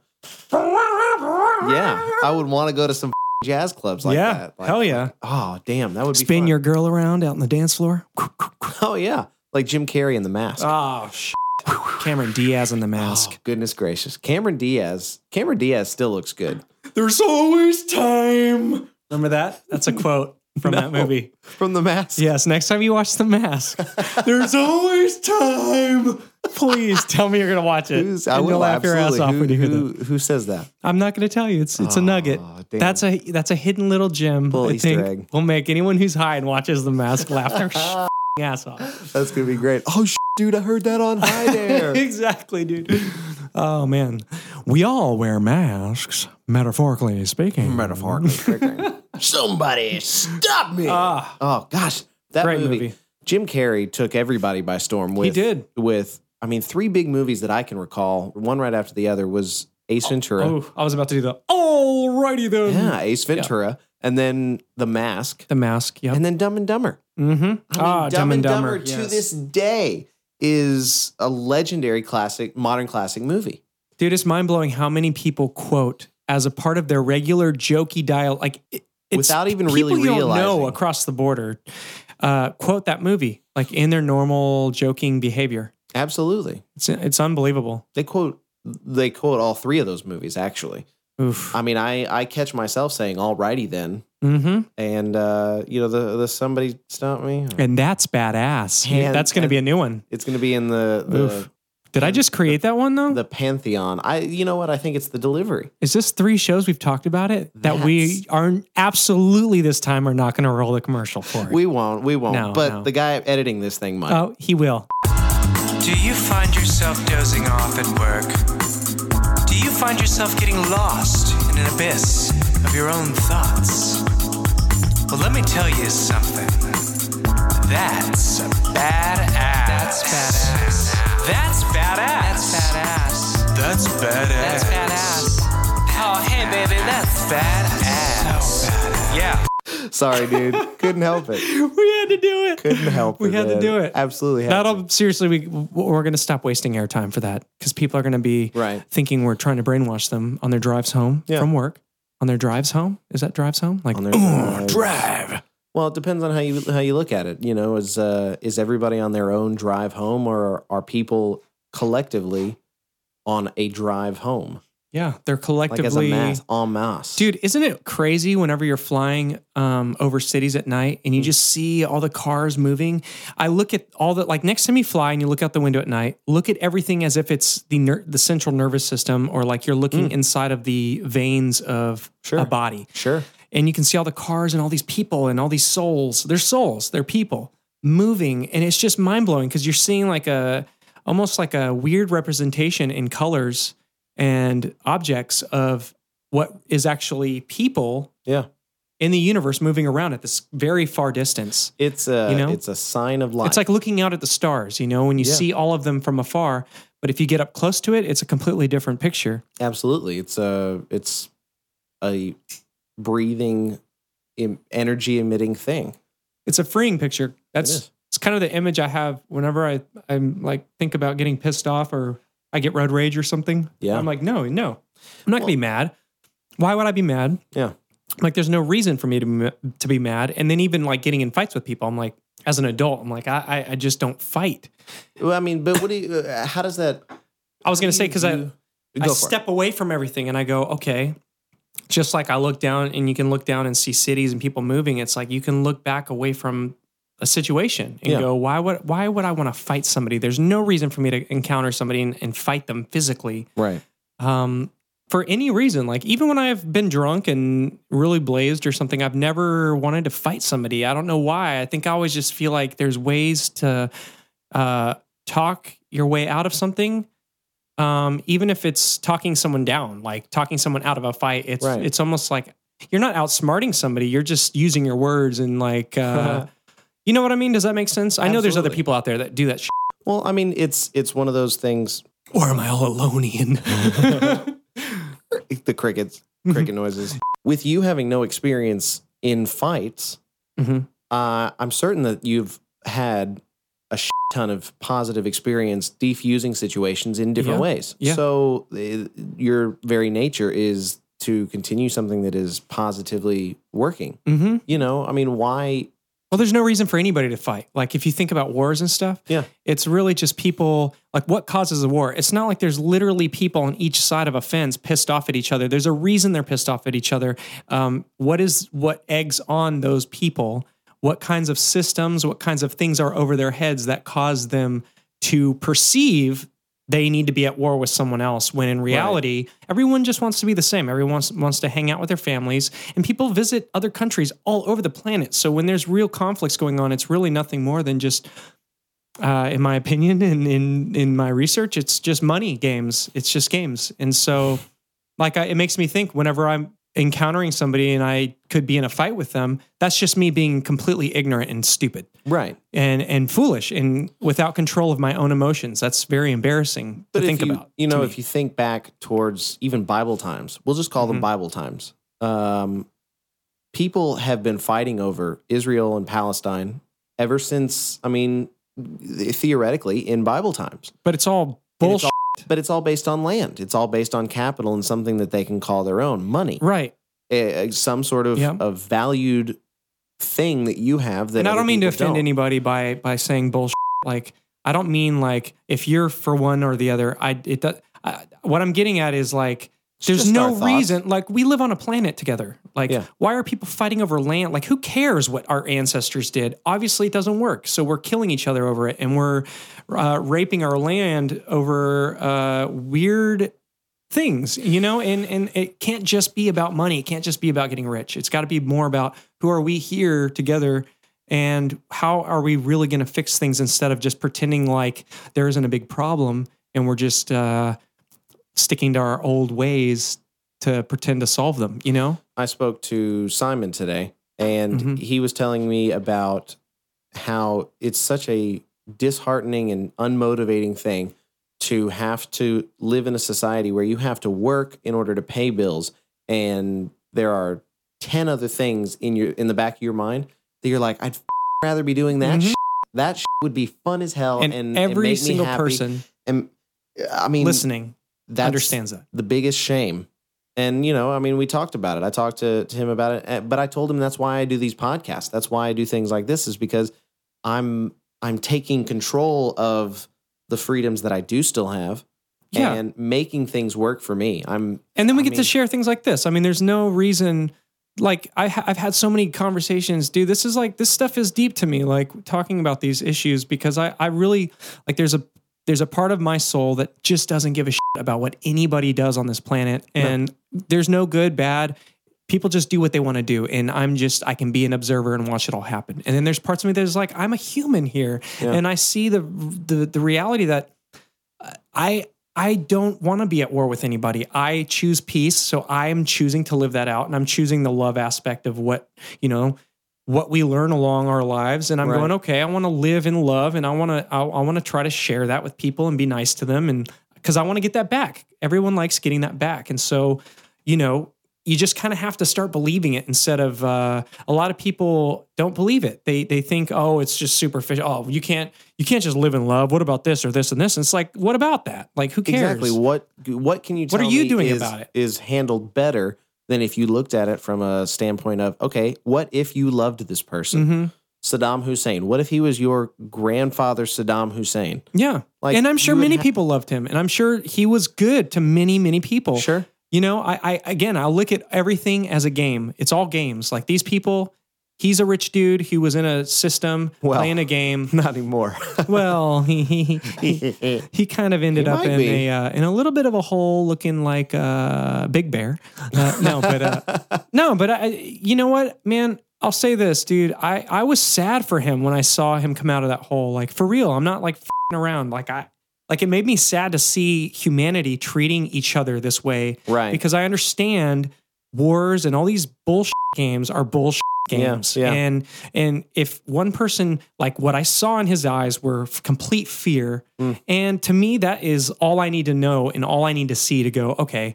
Speaker 2: yeah, I would want to go to some jazz clubs like
Speaker 3: yeah,
Speaker 2: that. Like,
Speaker 3: hell yeah.
Speaker 2: Oh damn, that would be
Speaker 3: Spin
Speaker 2: fun.
Speaker 3: your girl around out on the dance floor.
Speaker 2: oh yeah, like Jim Carrey in The Mask.
Speaker 3: Oh, sh- Cameron Diaz in the mask.
Speaker 2: Oh, goodness gracious, Cameron Diaz. Cameron Diaz still looks good
Speaker 3: There's always time. Remember that? That's a quote from that movie.
Speaker 2: from The Mask.
Speaker 3: Yes, next time you watch The Mask, there's always time. Please tell me you're going to watch it.
Speaker 2: Who's,
Speaker 3: and
Speaker 2: I would
Speaker 3: you'll laugh your ass
Speaker 2: absolutely.
Speaker 3: off
Speaker 2: who,
Speaker 3: when you hear that.
Speaker 2: who, who says that?
Speaker 3: I'm not going to tell you. It's it's a nugget.
Speaker 2: Aw, damn.
Speaker 3: That's a that's a hidden little gem.
Speaker 2: Little
Speaker 3: I
Speaker 2: Easter
Speaker 3: think
Speaker 2: egg.
Speaker 3: Will make anyone who's high and watches The Mask laugh their sh**ing ass off.
Speaker 2: That's gonna be great. Oh, sh- dude, I heard that on High There.
Speaker 3: exactly, dude. Oh man, we all wear masks, metaphorically speaking.
Speaker 2: metaphorically triggering. Somebody stop me!
Speaker 3: Ah.
Speaker 2: oh gosh, that
Speaker 3: Great
Speaker 2: movie.
Speaker 3: movie.
Speaker 2: Jim Carrey took everybody by storm. With,
Speaker 3: did.
Speaker 2: With I mean, three big movies that I can recall. One right after the other was Ace Ventura.
Speaker 3: Oh, I was about to do the alrighty then.
Speaker 2: Yeah, Ace Ventura, and then The Mask,
Speaker 3: The mask. Yep.
Speaker 2: and then Dumb and Dumber.
Speaker 3: mm-hmm.
Speaker 2: I mean, Dumb, and Dumber, to this day is a legendary classic, modern classic movie.
Speaker 3: Dude, it's mind blowing how many people quote as a part of their regular jokey dial, like it- it's
Speaker 2: Without even
Speaker 3: people
Speaker 2: really
Speaker 3: you don't know
Speaker 2: realizing.
Speaker 3: across the border, uh, quote that movie like in their normal joking behavior.
Speaker 2: Absolutely,
Speaker 3: It's it's unbelievable.
Speaker 2: they quote they quote all three of those movies. Actually,
Speaker 3: Oof.
Speaker 2: I mean, I I catch myself saying "Alrighty then,"
Speaker 3: Mm-hmm.
Speaker 2: and uh, you know the the somebody stomp me.
Speaker 3: And that's badass.
Speaker 2: And-
Speaker 3: that's going to
Speaker 2: and-
Speaker 3: be a new one.
Speaker 2: It's going to be in the
Speaker 3: Oof.
Speaker 2: the,
Speaker 3: Did I just create that one though?
Speaker 2: the pantheon. I you know what? I think it's the delivery.
Speaker 3: Is this three shows we've talked about it that we are absolutely this time are not going to roll the commercial for? it?
Speaker 2: We won't. We won't.
Speaker 3: No,
Speaker 2: but
Speaker 3: no.
Speaker 2: the guy editing this thing might.
Speaker 3: oh, he will.
Speaker 4: Do you find yourself dozing off at work? Do you find yourself getting lost in an abyss of your own thoughts? Well, let me tell you something. That's badass. That's badass. That's badass. That's badass. That's badass. That's badass. Oh, hey, baby, that's badass. Yeah.
Speaker 3: Oh.
Speaker 2: Sorry, dude. Couldn't help it.
Speaker 3: we had to do it.
Speaker 2: Couldn't help
Speaker 3: We
Speaker 2: it.
Speaker 3: had to
Speaker 2: man.
Speaker 3: do it.
Speaker 2: Absolutely. Had to.
Speaker 3: That'll seriously. We we're going to stop wasting airtime for that because people are going to be
Speaker 2: Right.
Speaker 3: thinking we're trying to brainwash them on their drives home
Speaker 2: Yeah.
Speaker 3: from work. On their drives home, is that drives home? Like
Speaker 2: On their drive. Well, it depends on how you how you look at it. You know, is uh, is everybody on their own drive home, or are people collectively on a drive home,
Speaker 3: yeah, they're
Speaker 2: like as a
Speaker 3: collectively.
Speaker 2: mass en masse?
Speaker 3: Dude, isn't it crazy whenever you're flying um, over cities at night
Speaker 2: Hmm.
Speaker 3: and you just see all the cars moving? I look at all the like next time you fly and you look out the window at night, look at everything as if it's the ner- the central nervous system or like you're looking inside of the veins of
Speaker 2: Hmm. Sure.
Speaker 3: a body,
Speaker 2: sure.
Speaker 3: and you can see all the cars and all these people and all these souls. They're souls. They're people moving, and it's just mind blowing because you're seeing like a almost like a weird representation in colors and objects of what is actually people
Speaker 2: Yeah.
Speaker 3: in the universe moving around at this very far distance.
Speaker 2: It's a
Speaker 3: You know?
Speaker 2: it's a sign of life.
Speaker 3: It's like looking out at the stars, you know, when you
Speaker 2: Yeah.
Speaker 3: see all of them from afar. But if you get up close to it, it's a completely different picture.
Speaker 2: absolutely. It's a it's a breathing, em- energy emitting thing.
Speaker 3: It's a freeing picture. That's
Speaker 2: is.
Speaker 3: it's kind of the image I have whenever I I'm like think about getting pissed off or I get road rage or something.
Speaker 2: Yeah.
Speaker 3: I'm like, no, no, I'm not gonna be mad. Why would I be mad?
Speaker 2: Yeah.
Speaker 3: Like, there's no reason for me to m- to be mad. And then even like getting in fights with people, I'm like, as an adult, I'm like, I I, I just don't fight.
Speaker 2: Well, I mean, but what do you? uh, How does that?
Speaker 3: I was gonna say because I
Speaker 2: You-
Speaker 3: I
Speaker 2: Go for it.
Speaker 3: step away from everything and I go, okay. Just like I look down and you can look down and see cities and people moving, it's like you can look back away from a situation and
Speaker 2: Yeah.
Speaker 3: go, why would why would I want to fight somebody? There's no reason for me to encounter somebody and, and fight them physically
Speaker 2: Right.
Speaker 3: um, for any reason. Like even when I've been drunk and really blazed or something, I've never wanted to fight somebody. I don't know why. I think I always just feel like there's ways to uh, talk your way out of something. Um, even if it's talking someone down, like talking someone out of a fight, it's
Speaker 2: Right.
Speaker 3: it's almost like you're not outsmarting somebody. You're just using your words and like, uh, you know what I mean? Does that make sense? I know there's other
Speaker 5: Absolutely.
Speaker 3: people out there that do that. Shit.
Speaker 2: Well, I mean, it's it's one of those things.
Speaker 3: Or am I all alone in?
Speaker 2: The crickets,
Speaker 3: Mm-hmm.
Speaker 2: cricket noises. With you having no experience in fights,
Speaker 3: Mhm.
Speaker 2: uh, I'm certain that you've had a shit ton of positive experience defusing situations in different
Speaker 3: Yeah.
Speaker 2: ways.
Speaker 3: Yeah.
Speaker 2: So uh, your very nature is to continue something that is positively working.
Speaker 3: mm-hmm.
Speaker 2: You know, I mean, why?
Speaker 3: Well, there's no reason for anybody to fight. Like if you think about wars and stuff,
Speaker 2: Yeah.
Speaker 3: it's really just people. Like what causes a war? It's not like there's literally people on each side of a fence pissed off at each other. There's a reason they're pissed off at each other. Um, what is what eggs on those people? What kinds of systems? What kinds of things are over their heads that cause them to perceive they need to be at war with someone else when in reality everyone just wants to be the same everyone wants, wants to hang out with their families and people visit other countries all over the planet so when there's real conflicts going on it's really nothing more than just uh, in my opinion and in, in my research it's just money games it's just games and so like I, it makes me think whenever i'm encountering somebody and i could be in a fight with them that's just me being completely ignorant and stupid
Speaker 2: Right.
Speaker 3: and and foolish and without control of my own emotions. That's very embarrassing to think
Speaker 2: if you,
Speaker 3: about.
Speaker 2: You know,
Speaker 3: to
Speaker 2: if you think back towards even Bible times, we'll just call
Speaker 3: Mm-hmm.
Speaker 2: them Bible times. Um, people have been fighting over Israel and Palestine ever since. I mean, theoretically, in Bible times,
Speaker 3: but it's all
Speaker 2: And it's
Speaker 3: bullshit,
Speaker 2: all- but it's all based on land. It's all based on capital and something that they can call their own money,
Speaker 3: right?
Speaker 2: Eh, some sort of,
Speaker 3: Yeah.
Speaker 2: of valued thing that you have. That
Speaker 3: And I
Speaker 2: other
Speaker 3: don't mean to
Speaker 2: people
Speaker 3: offend
Speaker 2: don't.
Speaker 3: anybody by by saying bullshit. Like I don't mean like if you're for one or the other. I it does. I, what I'm getting at is like there's
Speaker 2: just our
Speaker 3: no
Speaker 2: thoughts.
Speaker 3: reason. Like we live on a planet together. Like
Speaker 2: Yeah.
Speaker 3: why are people fighting over land? Like who cares what our ancestors did? Obviously it doesn't work. So we're killing each other over it, and we're uh, raping our land over uh, weird things, you know, and and it can't just be about money. It can't just be about getting rich. It's got to be more about who are we here together and how are we really going to fix things instead of just pretending like there isn't a big problem and we're just uh, sticking to our old ways to pretend to solve them, you know?
Speaker 2: I spoke to Simon today, and
Speaker 3: Mhm.
Speaker 2: he was telling me about how it's such a disheartening and unmotivating thing to have to live in a society where you have to work in order to pay bills, and there are ten other things in your in the back of your mind that you're like, I'd f- rather be doing that.
Speaker 3: Mhm.
Speaker 2: Sh- that sh- would be fun as hell,
Speaker 3: And,
Speaker 2: and, and
Speaker 3: every
Speaker 2: make me
Speaker 3: single
Speaker 2: happy.
Speaker 3: person
Speaker 2: And I mean,
Speaker 3: listening
Speaker 2: that's,
Speaker 3: understands that.
Speaker 2: the biggest shame. And you know, I mean, we talked about it. I talked to, to him about it, eh, but I told him that's why I do these podcasts. That's why I do things like this is because I'm I'm taking control of the freedoms that I do still have
Speaker 3: Yeah.
Speaker 2: and making things work for me. I'm
Speaker 3: And then we
Speaker 2: I
Speaker 3: get to
Speaker 2: mean-
Speaker 3: share things like this. I mean, there's no reason. Like I ha- I've had so many conversations, dude. This is like this stuff is deep to me. Like talking about these issues because I I really like there's a there's a part of my soul that just doesn't give a shit about what anybody does on this planet, and there's no good bad. People just do what they want to do, and I'm just I can be an observer and watch it all happen. And then there's parts of me that's like I'm a human here, and I see the the the reality that I I don't want to be at war with anybody. I choose peace, so I am choosing to live that out, and I'm choosing the love aspect of what you know what we learn along our lives. And I'm
Speaker 2: Right.
Speaker 3: going, okay, I want to live in love, and I want to I, I want to try to share that with people and be nice to them, and because I want to get that back. Everyone likes getting that back, and so you know you just kind of have to start believing it instead of uh, a lot of people don't believe it. They they think, oh, it's just superficial. Oh, you can't you can't just live in love. What about this or this and this? And it's like, what about that? Like, who cares?
Speaker 2: exactly what what can you
Speaker 3: What
Speaker 2: tell
Speaker 3: are you
Speaker 2: me
Speaker 3: doing
Speaker 2: is,
Speaker 3: about it?
Speaker 2: is handled better than if you looked at it from a standpoint of okay, what if you loved this person?
Speaker 3: hmm
Speaker 2: Saddam Hussein. What if he was your grandfather Saddam Hussein?
Speaker 3: Yeah.
Speaker 2: Like,
Speaker 3: and I'm sure
Speaker 2: you would
Speaker 3: many
Speaker 2: ha-
Speaker 3: people loved him, and I'm sure he was good to many many people.
Speaker 2: Sure.
Speaker 3: You know, I, I again, I look at everything as a game. It's all games. Like these people, he's a rich dude who was in a system
Speaker 2: Well.
Speaker 3: playing a game.
Speaker 2: Not anymore.
Speaker 3: well, he he, he, he kind of ended
Speaker 2: He
Speaker 3: up
Speaker 2: might
Speaker 3: in
Speaker 2: be.
Speaker 3: a uh, in a little bit of a hole, looking like uh, Big Bear. Uh, no, but uh, no, but I, you know what, man. I'll say this, dude. I, I was sad for him when I saw him come out of that hole. Like for real, I'm not like fing around. Like I, like it made me sad to see humanity treating each other this way
Speaker 2: right.
Speaker 3: because I understand wars and all these bullshit games are bullshit
Speaker 2: Yeah,
Speaker 3: games.
Speaker 2: yeah.
Speaker 3: And and if one person like what I saw in his eyes were f- complete fear,
Speaker 2: Mm.
Speaker 3: and to me that is all I need to know and all I need to see to go okay.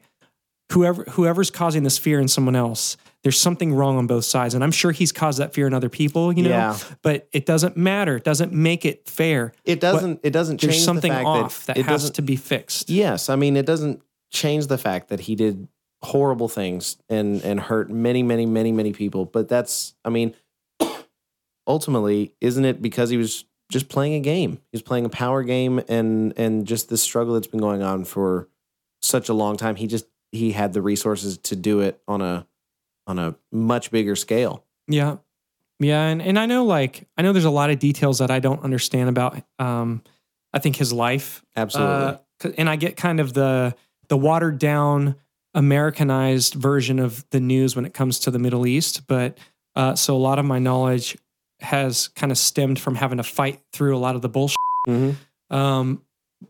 Speaker 3: Whoever whoever's causing this fear in someone else, there's something wrong on both sides, and I'm sure he's caused that fear in other people. You know,
Speaker 2: Yeah.
Speaker 3: but it doesn't matter. It doesn't make it fair.
Speaker 2: It doesn't. it doesn't change
Speaker 3: There's something
Speaker 2: the fact
Speaker 3: off that,
Speaker 2: it
Speaker 3: has
Speaker 2: doesn't-
Speaker 3: to be fixed.
Speaker 2: Yes, I mean it doesn't change the fact that he did horrible things and and hurt many many many many people, but that's I mean ultimately isn't it because he was just playing a game. He was playing a power game and and just this struggle that's been going on for such a long time. He just he had the resources to do it on a on a much bigger scale.
Speaker 3: Yeah. Yeah. And, and I know like I know there's a lot of details that I don't understand about um I think his life.
Speaker 2: Absolutely.
Speaker 3: Uh, 'cause- and I get kind of the the watered down Americanized version of the news when it comes to the Middle East. But uh so a lot of my knowledge has kind of stemmed from having to fight through a lot of the bullshit.
Speaker 2: Mhm.
Speaker 3: Um,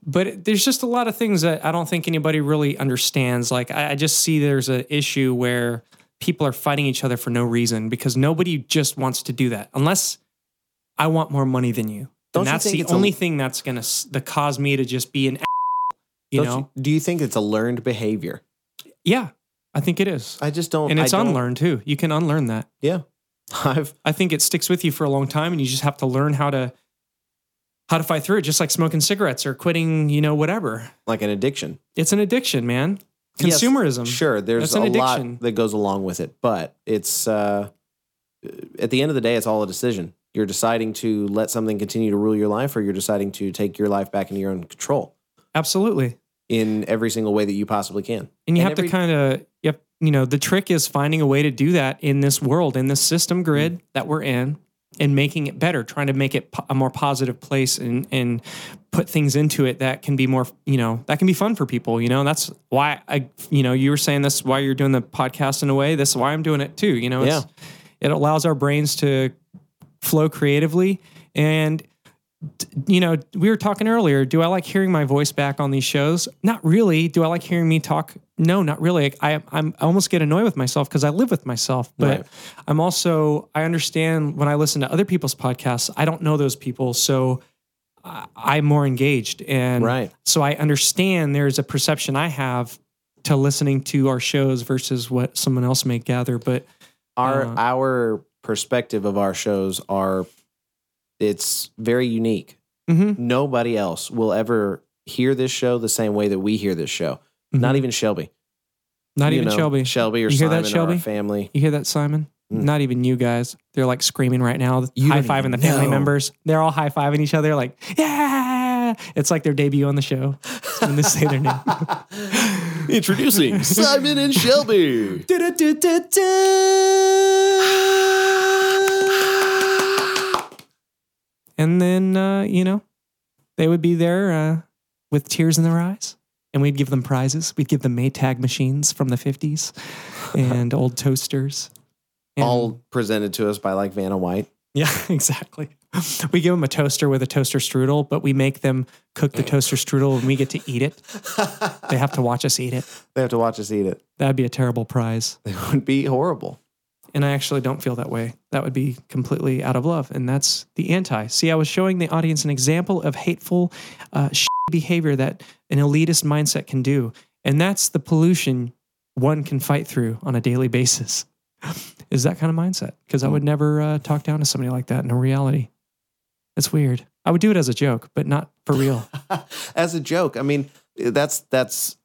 Speaker 3: but it- there's just a lot of things that I don't think anybody really understands. Like I, I just see there's an issue where people are fighting each other for no reason because nobody just wants to do that unless I want more money than you.
Speaker 2: Don't
Speaker 3: and
Speaker 2: you
Speaker 3: that's
Speaker 2: think
Speaker 3: the
Speaker 2: it's a-
Speaker 3: only thing that's gonna s- that cause me to just be an. a- You
Speaker 2: Don't
Speaker 3: know,
Speaker 2: do you think it's a learned behavior?
Speaker 3: yeah, I think it is,
Speaker 2: I just don't
Speaker 3: and
Speaker 2: I
Speaker 3: it's
Speaker 2: don't-
Speaker 3: unlearned too. You can unlearn that.
Speaker 2: Yeah. I've
Speaker 3: I think it sticks with you for a long time, and you just have to learn how to how to fight through it, just like smoking cigarettes or quitting, you know, whatever.
Speaker 2: like an addiction.
Speaker 3: It's an addiction, man.
Speaker 2: Yes,
Speaker 3: Consumerism.
Speaker 2: Sure, there's
Speaker 3: That's
Speaker 2: a lot
Speaker 3: an addiction.
Speaker 2: that goes along with it, but it's uh, at the end of the day, it's all a decision. You're deciding to let something continue to rule your life, or you're deciding to take your life back into your own control
Speaker 3: Absolutely.
Speaker 2: in every single way that you possibly can.
Speaker 3: And you
Speaker 2: And
Speaker 3: have
Speaker 2: every-
Speaker 3: to kind of, yep, you know, the trick is finding a way to do that in this world, in this system
Speaker 2: Mm.
Speaker 3: grid that we're in and making it better, trying to make it po- a more positive place and, and put things into it that can be more, you know, that can be fun for people, you know, and that's why I, you know, you were saying this, why you're doing the podcast in a way. This is why I'm doing it too. You know, it's, it allows our brains to flow creatively and you know, we were talking earlier. Do I like hearing my voice back on these shows? Not really. Do I like hearing me talk? No, not really. I I'm, I almost get annoyed with myself because I live with myself. But
Speaker 2: Right.
Speaker 3: I'm also I understand when I listen to other people's podcasts. I don't know those people, so I, I'm more engaged and
Speaker 2: Right.
Speaker 3: So I understand there's a perception I have to listening to our shows versus what someone else may gather. But
Speaker 2: Our
Speaker 3: Uh-huh.
Speaker 2: our perspective of our shows are it's very unique.
Speaker 3: mhm,
Speaker 2: Nobody else will ever hear this show the same way that we hear this show. Not
Speaker 3: mhm.
Speaker 2: even Shelby.
Speaker 3: not
Speaker 2: You
Speaker 3: even
Speaker 2: know,
Speaker 3: Shelby.
Speaker 2: Shelby or
Speaker 3: You hear
Speaker 2: Simon
Speaker 3: that,
Speaker 2: or
Speaker 3: Shelby?
Speaker 2: our family.
Speaker 3: You hear that, Simon?
Speaker 2: Mm.
Speaker 3: Not even you guys. They're like screaming right now,
Speaker 2: You
Speaker 3: high
Speaker 2: don't
Speaker 3: fiving the
Speaker 2: even
Speaker 3: family
Speaker 2: know.
Speaker 3: members. They're all high fiving each other, like, yeah. It's like their debut on the show. When they say their name.
Speaker 2: Introducing Simon and Shelby.
Speaker 3: and then, uh, you know, they would be there uh, with tears in their eyes. And we'd give them prizes. We'd give them Maytag machines from the 50s and old toasters. And-
Speaker 2: All presented to us by like Vanna White.
Speaker 3: Yeah, exactly. We give them a toaster with a toaster strudel, but we make them cook
Speaker 2: Mm.
Speaker 3: the toaster strudel and we get to eat it. They have to watch us eat it.
Speaker 2: They have to watch us eat it.
Speaker 3: That'd be a terrible prize.
Speaker 2: It would be horrible.
Speaker 3: And I actually don't feel that way. That would be completely out of love. And that's the anti. See, I was showing the audience an example of hateful uh, sh- behavior that an elitist mindset can do. And that's the pollution one can fight through on a daily basis is that kind of mindset. Because I would never uh, talk down to somebody like that in a reality. That's weird. I would do it as a joke, but not for real.
Speaker 2: As a joke, I mean, that's that's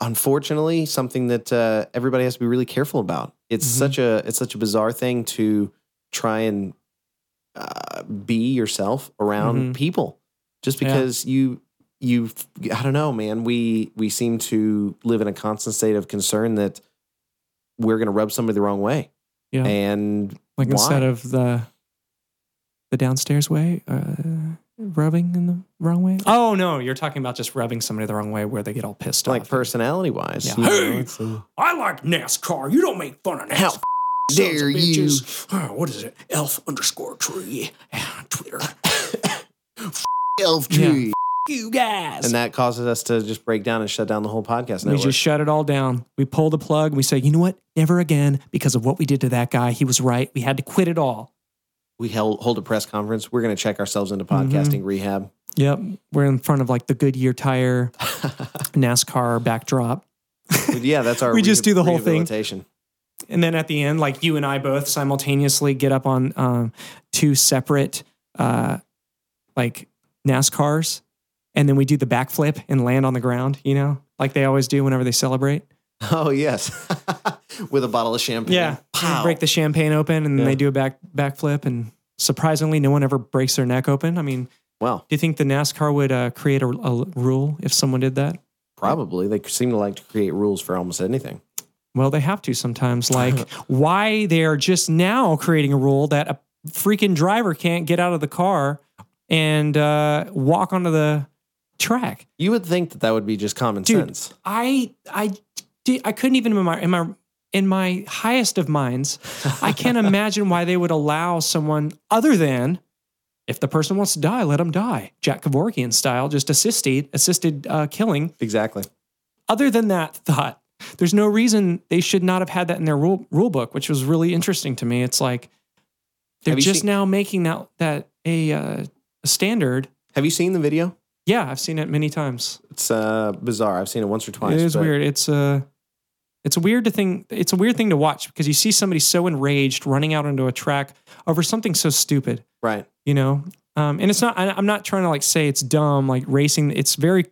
Speaker 2: unfortunately something that uh, everybody has to be really careful about. It's
Speaker 3: Mhm.
Speaker 2: such a it's such a bizarre thing to try and uh, be yourself around
Speaker 3: Mhm.
Speaker 2: people, just
Speaker 3: Yeah.
Speaker 2: because you you I don't know, man. We we seem to live in a constant state of concern that we're going to rub somebody the wrong way,
Speaker 3: Yeah.
Speaker 2: and
Speaker 3: Like
Speaker 2: Why?
Speaker 3: instead of the the downstairs way, uh, rubbing in the wrong way. Oh no, you're talking about just rubbing somebody the wrong way where they get all pissed
Speaker 2: like
Speaker 3: off.
Speaker 2: personality wise.
Speaker 3: Yeah.
Speaker 2: Hey,
Speaker 1: I like NASCAR. You don't make fun of
Speaker 2: how
Speaker 1: NASCAR.
Speaker 2: dare you?
Speaker 1: Oh, what is it? Elf underscore tree. Ah, Twitter.
Speaker 2: Elf
Speaker 3: Yeah.
Speaker 2: tree.
Speaker 3: you guys.
Speaker 2: And that causes us to just break down and shut down the whole podcast
Speaker 3: we
Speaker 2: network.
Speaker 3: just shut it all down. We pull the plug. We say, you know what? Never again because of what we did to that guy. He was right. We had to quit it all.
Speaker 2: we held, hold a press conference. We're going to check ourselves into
Speaker 3: Mm-hmm.
Speaker 2: podcasting rehab.
Speaker 3: Yep. We're in front of like the Goodyear tire, NASCAR backdrop.
Speaker 2: But yeah, that's our
Speaker 3: We just do the whole thing.
Speaker 2: rehabilitation.
Speaker 3: And then at the end, like you and I both simultaneously get up on um, two separate uh, like NASCARs. And then we do the backflip and land on the ground, you know, like they always do whenever they celebrate.
Speaker 2: Oh yes, with a bottle of champagne.
Speaker 3: They
Speaker 2: Pow.
Speaker 3: break the champagne open and
Speaker 2: Yeah.
Speaker 3: they do a back backflip and surprisingly no one ever breaks their neck open. I mean, do
Speaker 2: Wow.
Speaker 3: you think the NASCAR would uh, create a, a rule if someone did that?
Speaker 2: Probably they seem to like to create rules for almost anything.
Speaker 3: Well, they have to sometimes like why they're just now creating a rule that a freaking driver can't get out of the car and uh, walk onto the track.
Speaker 2: You would think that that would be just common
Speaker 3: Dude.
Speaker 2: sense.
Speaker 3: I I did, I couldn't even in my in my in my highest of minds, I can't imagine why they would allow someone other than if the person wants to die, let them die, Jack Kevorkian style, just assisted assisted uh, killing.
Speaker 2: Exactly.
Speaker 3: Other than that thought, there's no reason they should not have had that in their rule rule book, which was really interesting to me. It's like they're
Speaker 2: Have you
Speaker 3: just
Speaker 2: seen-
Speaker 3: now making that that a, uh, a standard.
Speaker 2: Have you seen the video?
Speaker 3: Yeah, I've seen it many times.
Speaker 2: It's uh, bizarre. I've seen it once or twice.
Speaker 3: It is
Speaker 2: but-
Speaker 3: weird. It's a it's a weird to thing. It's a weird thing to watch because you see somebody so enraged running out onto a track over something so stupid.
Speaker 2: Right.
Speaker 3: You know, um, and it's not. I, I'm not trying to like say it's dumb. Like racing, it's very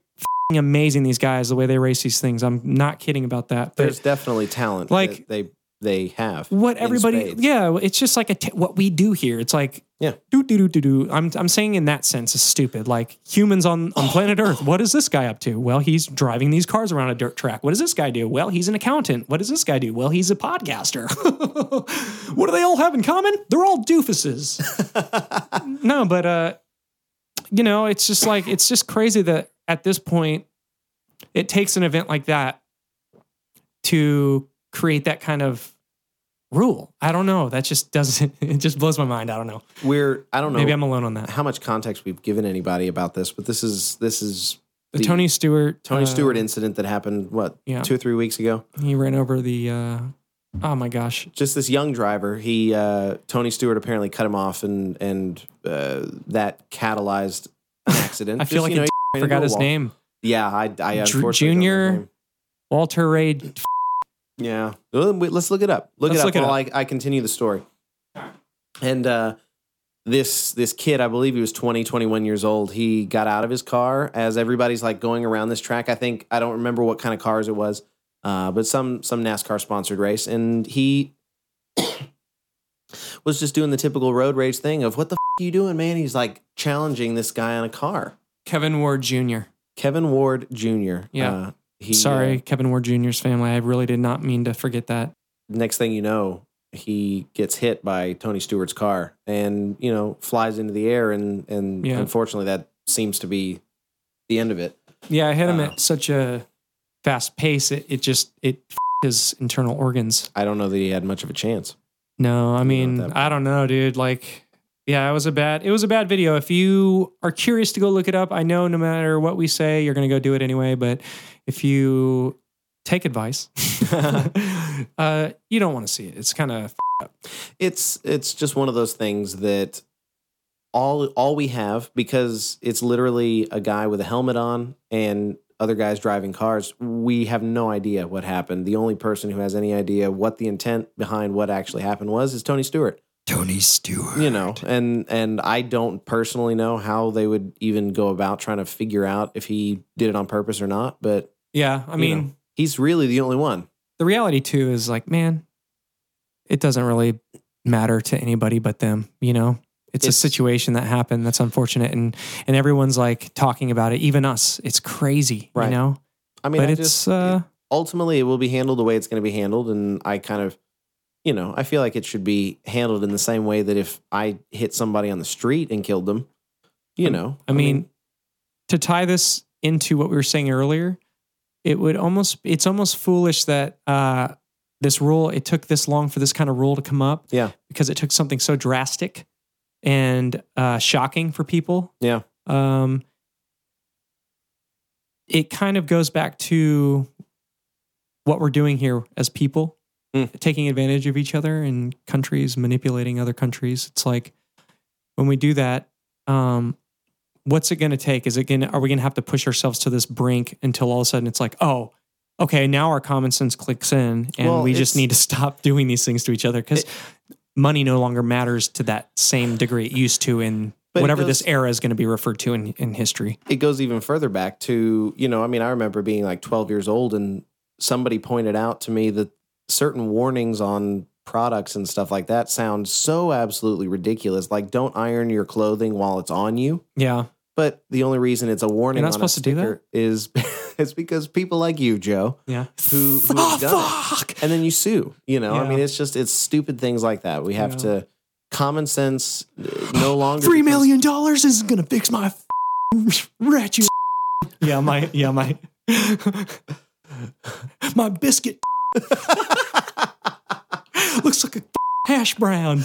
Speaker 3: fing amazing. These guys, the way they race these things. I'm not kidding about that. But
Speaker 2: There's definitely talent.
Speaker 3: Like-
Speaker 2: that they they have
Speaker 3: what
Speaker 2: in
Speaker 3: everybody,
Speaker 2: spades.
Speaker 3: yeah, it's just like a t- what we do here. It's like
Speaker 2: Yeah.
Speaker 3: do do do do do. I'm I'm saying in that sense is stupid. Like humans on
Speaker 2: Oh.
Speaker 3: on planet Earth, what is this guy up to? Well, he's driving these cars around a dirt track. What does this guy do? Well, he's an accountant. What does this guy do? Well, he's a podcaster. what do they all have in common? They're all doofuses. no, but uh, you know, it's just like it's just crazy that at this point, it takes an event like that to create that kind of rule. I don't know. That just doesn't. It just blows my mind. I don't know.
Speaker 2: We're I don't know
Speaker 3: Maybe I'm alone on that.
Speaker 2: how much context we've given anybody about this, but this is this is
Speaker 3: The, Tony Stewart.
Speaker 2: Tony
Speaker 3: uh,
Speaker 2: Stewart incident that happened what
Speaker 3: Yeah.
Speaker 2: two or three weeks ago.
Speaker 3: He ran over the. Uh, oh my gosh.
Speaker 2: Just this young driver, he uh, Tony Stewart apparently cut him off, and and uh, that catalyzed an accident.
Speaker 3: I feel like
Speaker 2: you
Speaker 3: it
Speaker 2: he
Speaker 3: I
Speaker 2: ran into
Speaker 3: forgot
Speaker 2: a
Speaker 3: his
Speaker 2: wall.
Speaker 3: name.
Speaker 2: Yeah, I, I
Speaker 3: Dr-
Speaker 2: unfortunately
Speaker 3: Junior-
Speaker 2: don't know his name.
Speaker 3: Walter Ray. f-
Speaker 2: Yeah. Well, wait, Let's look it up. Look
Speaker 3: Let's
Speaker 2: it up
Speaker 3: look it
Speaker 2: while
Speaker 3: up.
Speaker 2: I, I continue the story. And uh, this this kid, I believe he was 20, 21 years old. He got out of his car as everybody's like going around this track. I think I don't remember what kind of cars it was, uh, but some some NASCAR sponsored race, and he was just doing the typical road rage thing of what the f- you doing, man? He's like challenging this guy on a car.
Speaker 3: Kevin Ward Jr.
Speaker 2: Kevin Ward Jr.
Speaker 3: Yeah.
Speaker 2: Uh, he,
Speaker 3: Sorry,
Speaker 2: uh,
Speaker 3: Kevin Ward Jr.'s family. I really did not mean to forget that.
Speaker 2: next thing you know, he gets hit by Tony Stewart's car and, you know, flies into the air and and
Speaker 3: Yeah.
Speaker 2: unfortunately that seems to be the end of it.
Speaker 3: Yeah, I hit him
Speaker 2: Uh,
Speaker 3: at such a fast pace. It, it just it f- his internal organs.
Speaker 2: I don't know that he had much of a chance.
Speaker 3: No, I mean,
Speaker 2: that-
Speaker 3: I don't know, dude. Like, yeah, it was a bad, it was a bad video. If you are curious to go look it up, I know no matter what we say, you're gonna go do it anyway. But if you take advice, uh, you don't want to see it. It's kind of
Speaker 2: It's it's just one of those things that all all we have because it's literally a guy with a helmet on and other guys driving cars, we have no idea what happened. The only person who has any idea what the intent behind what actually happened was is Tony Stewart.
Speaker 4: Tony Stewart.
Speaker 2: you know and and i don't personally know how they would even go about trying to figure out if he did it on purpose or not but
Speaker 3: yeah. I
Speaker 2: You
Speaker 3: mean,
Speaker 2: know. he's really the only one
Speaker 3: the reality too is like, man, it doesn't really matter to anybody but them. You know, it's,
Speaker 2: It's-
Speaker 3: a situation that happened that's unfortunate, and and everyone's like talking about it, even us. It's crazy,
Speaker 2: Right.
Speaker 3: you know.
Speaker 2: i mean
Speaker 3: but
Speaker 2: I
Speaker 3: it's
Speaker 2: just,
Speaker 3: uh,
Speaker 2: ultimately it will be handled the way it's going to be handled and i kind of you know i feel like it should be handled in the same way that if i hit somebody on the street and killed them you know
Speaker 3: Um, I mean, to tie this into what we were saying earlier, it would almost it's almost foolish that uh, this rule it took this long for this kind of rule to come up.
Speaker 2: Yeah.
Speaker 3: because it took something so drastic and uh, shocking for people.
Speaker 2: Yeah.
Speaker 3: Um, it kind of goes back to what we're doing here as people,
Speaker 2: Mm.
Speaker 3: taking advantage of each other and countries manipulating other countries. It's like when we do that, um, what's it going to take? Is it going? to Are we going to have to push ourselves to this brink until all of a sudden it's like, oh. Okay, now our common sense clicks in, and
Speaker 2: Well,
Speaker 3: we just
Speaker 2: it's-
Speaker 3: need to stop doing these things to each other because money no longer matters to that same degree it used to in
Speaker 2: But it
Speaker 3: whatever
Speaker 2: goes-
Speaker 3: this era is going to be referred to in, in history.
Speaker 2: it goes even further back to you know i mean i remember being like 12 years old and somebody pointed out to me that certain warnings on products and stuff like that sound so absolutely ridiculous like don't iron your clothing while it's on you
Speaker 3: Yeah.
Speaker 2: but the only reason it's a warning
Speaker 3: You're
Speaker 2: on
Speaker 3: not
Speaker 2: a
Speaker 3: supposed to do
Speaker 2: sticker is it's because people like you joe
Speaker 3: Yeah.
Speaker 2: who, who have done it
Speaker 3: fuck.
Speaker 2: and then you sue. You know, I
Speaker 3: Yeah.
Speaker 2: mean, it's just it's stupid things like that. We have
Speaker 3: Yeah.
Speaker 2: to common sense uh, no longer
Speaker 3: Three
Speaker 2: becomes-
Speaker 3: million dollars isn't going to fix my f- ratchet. yeah, my, yeah, my, my biscuit looks like a hash brown,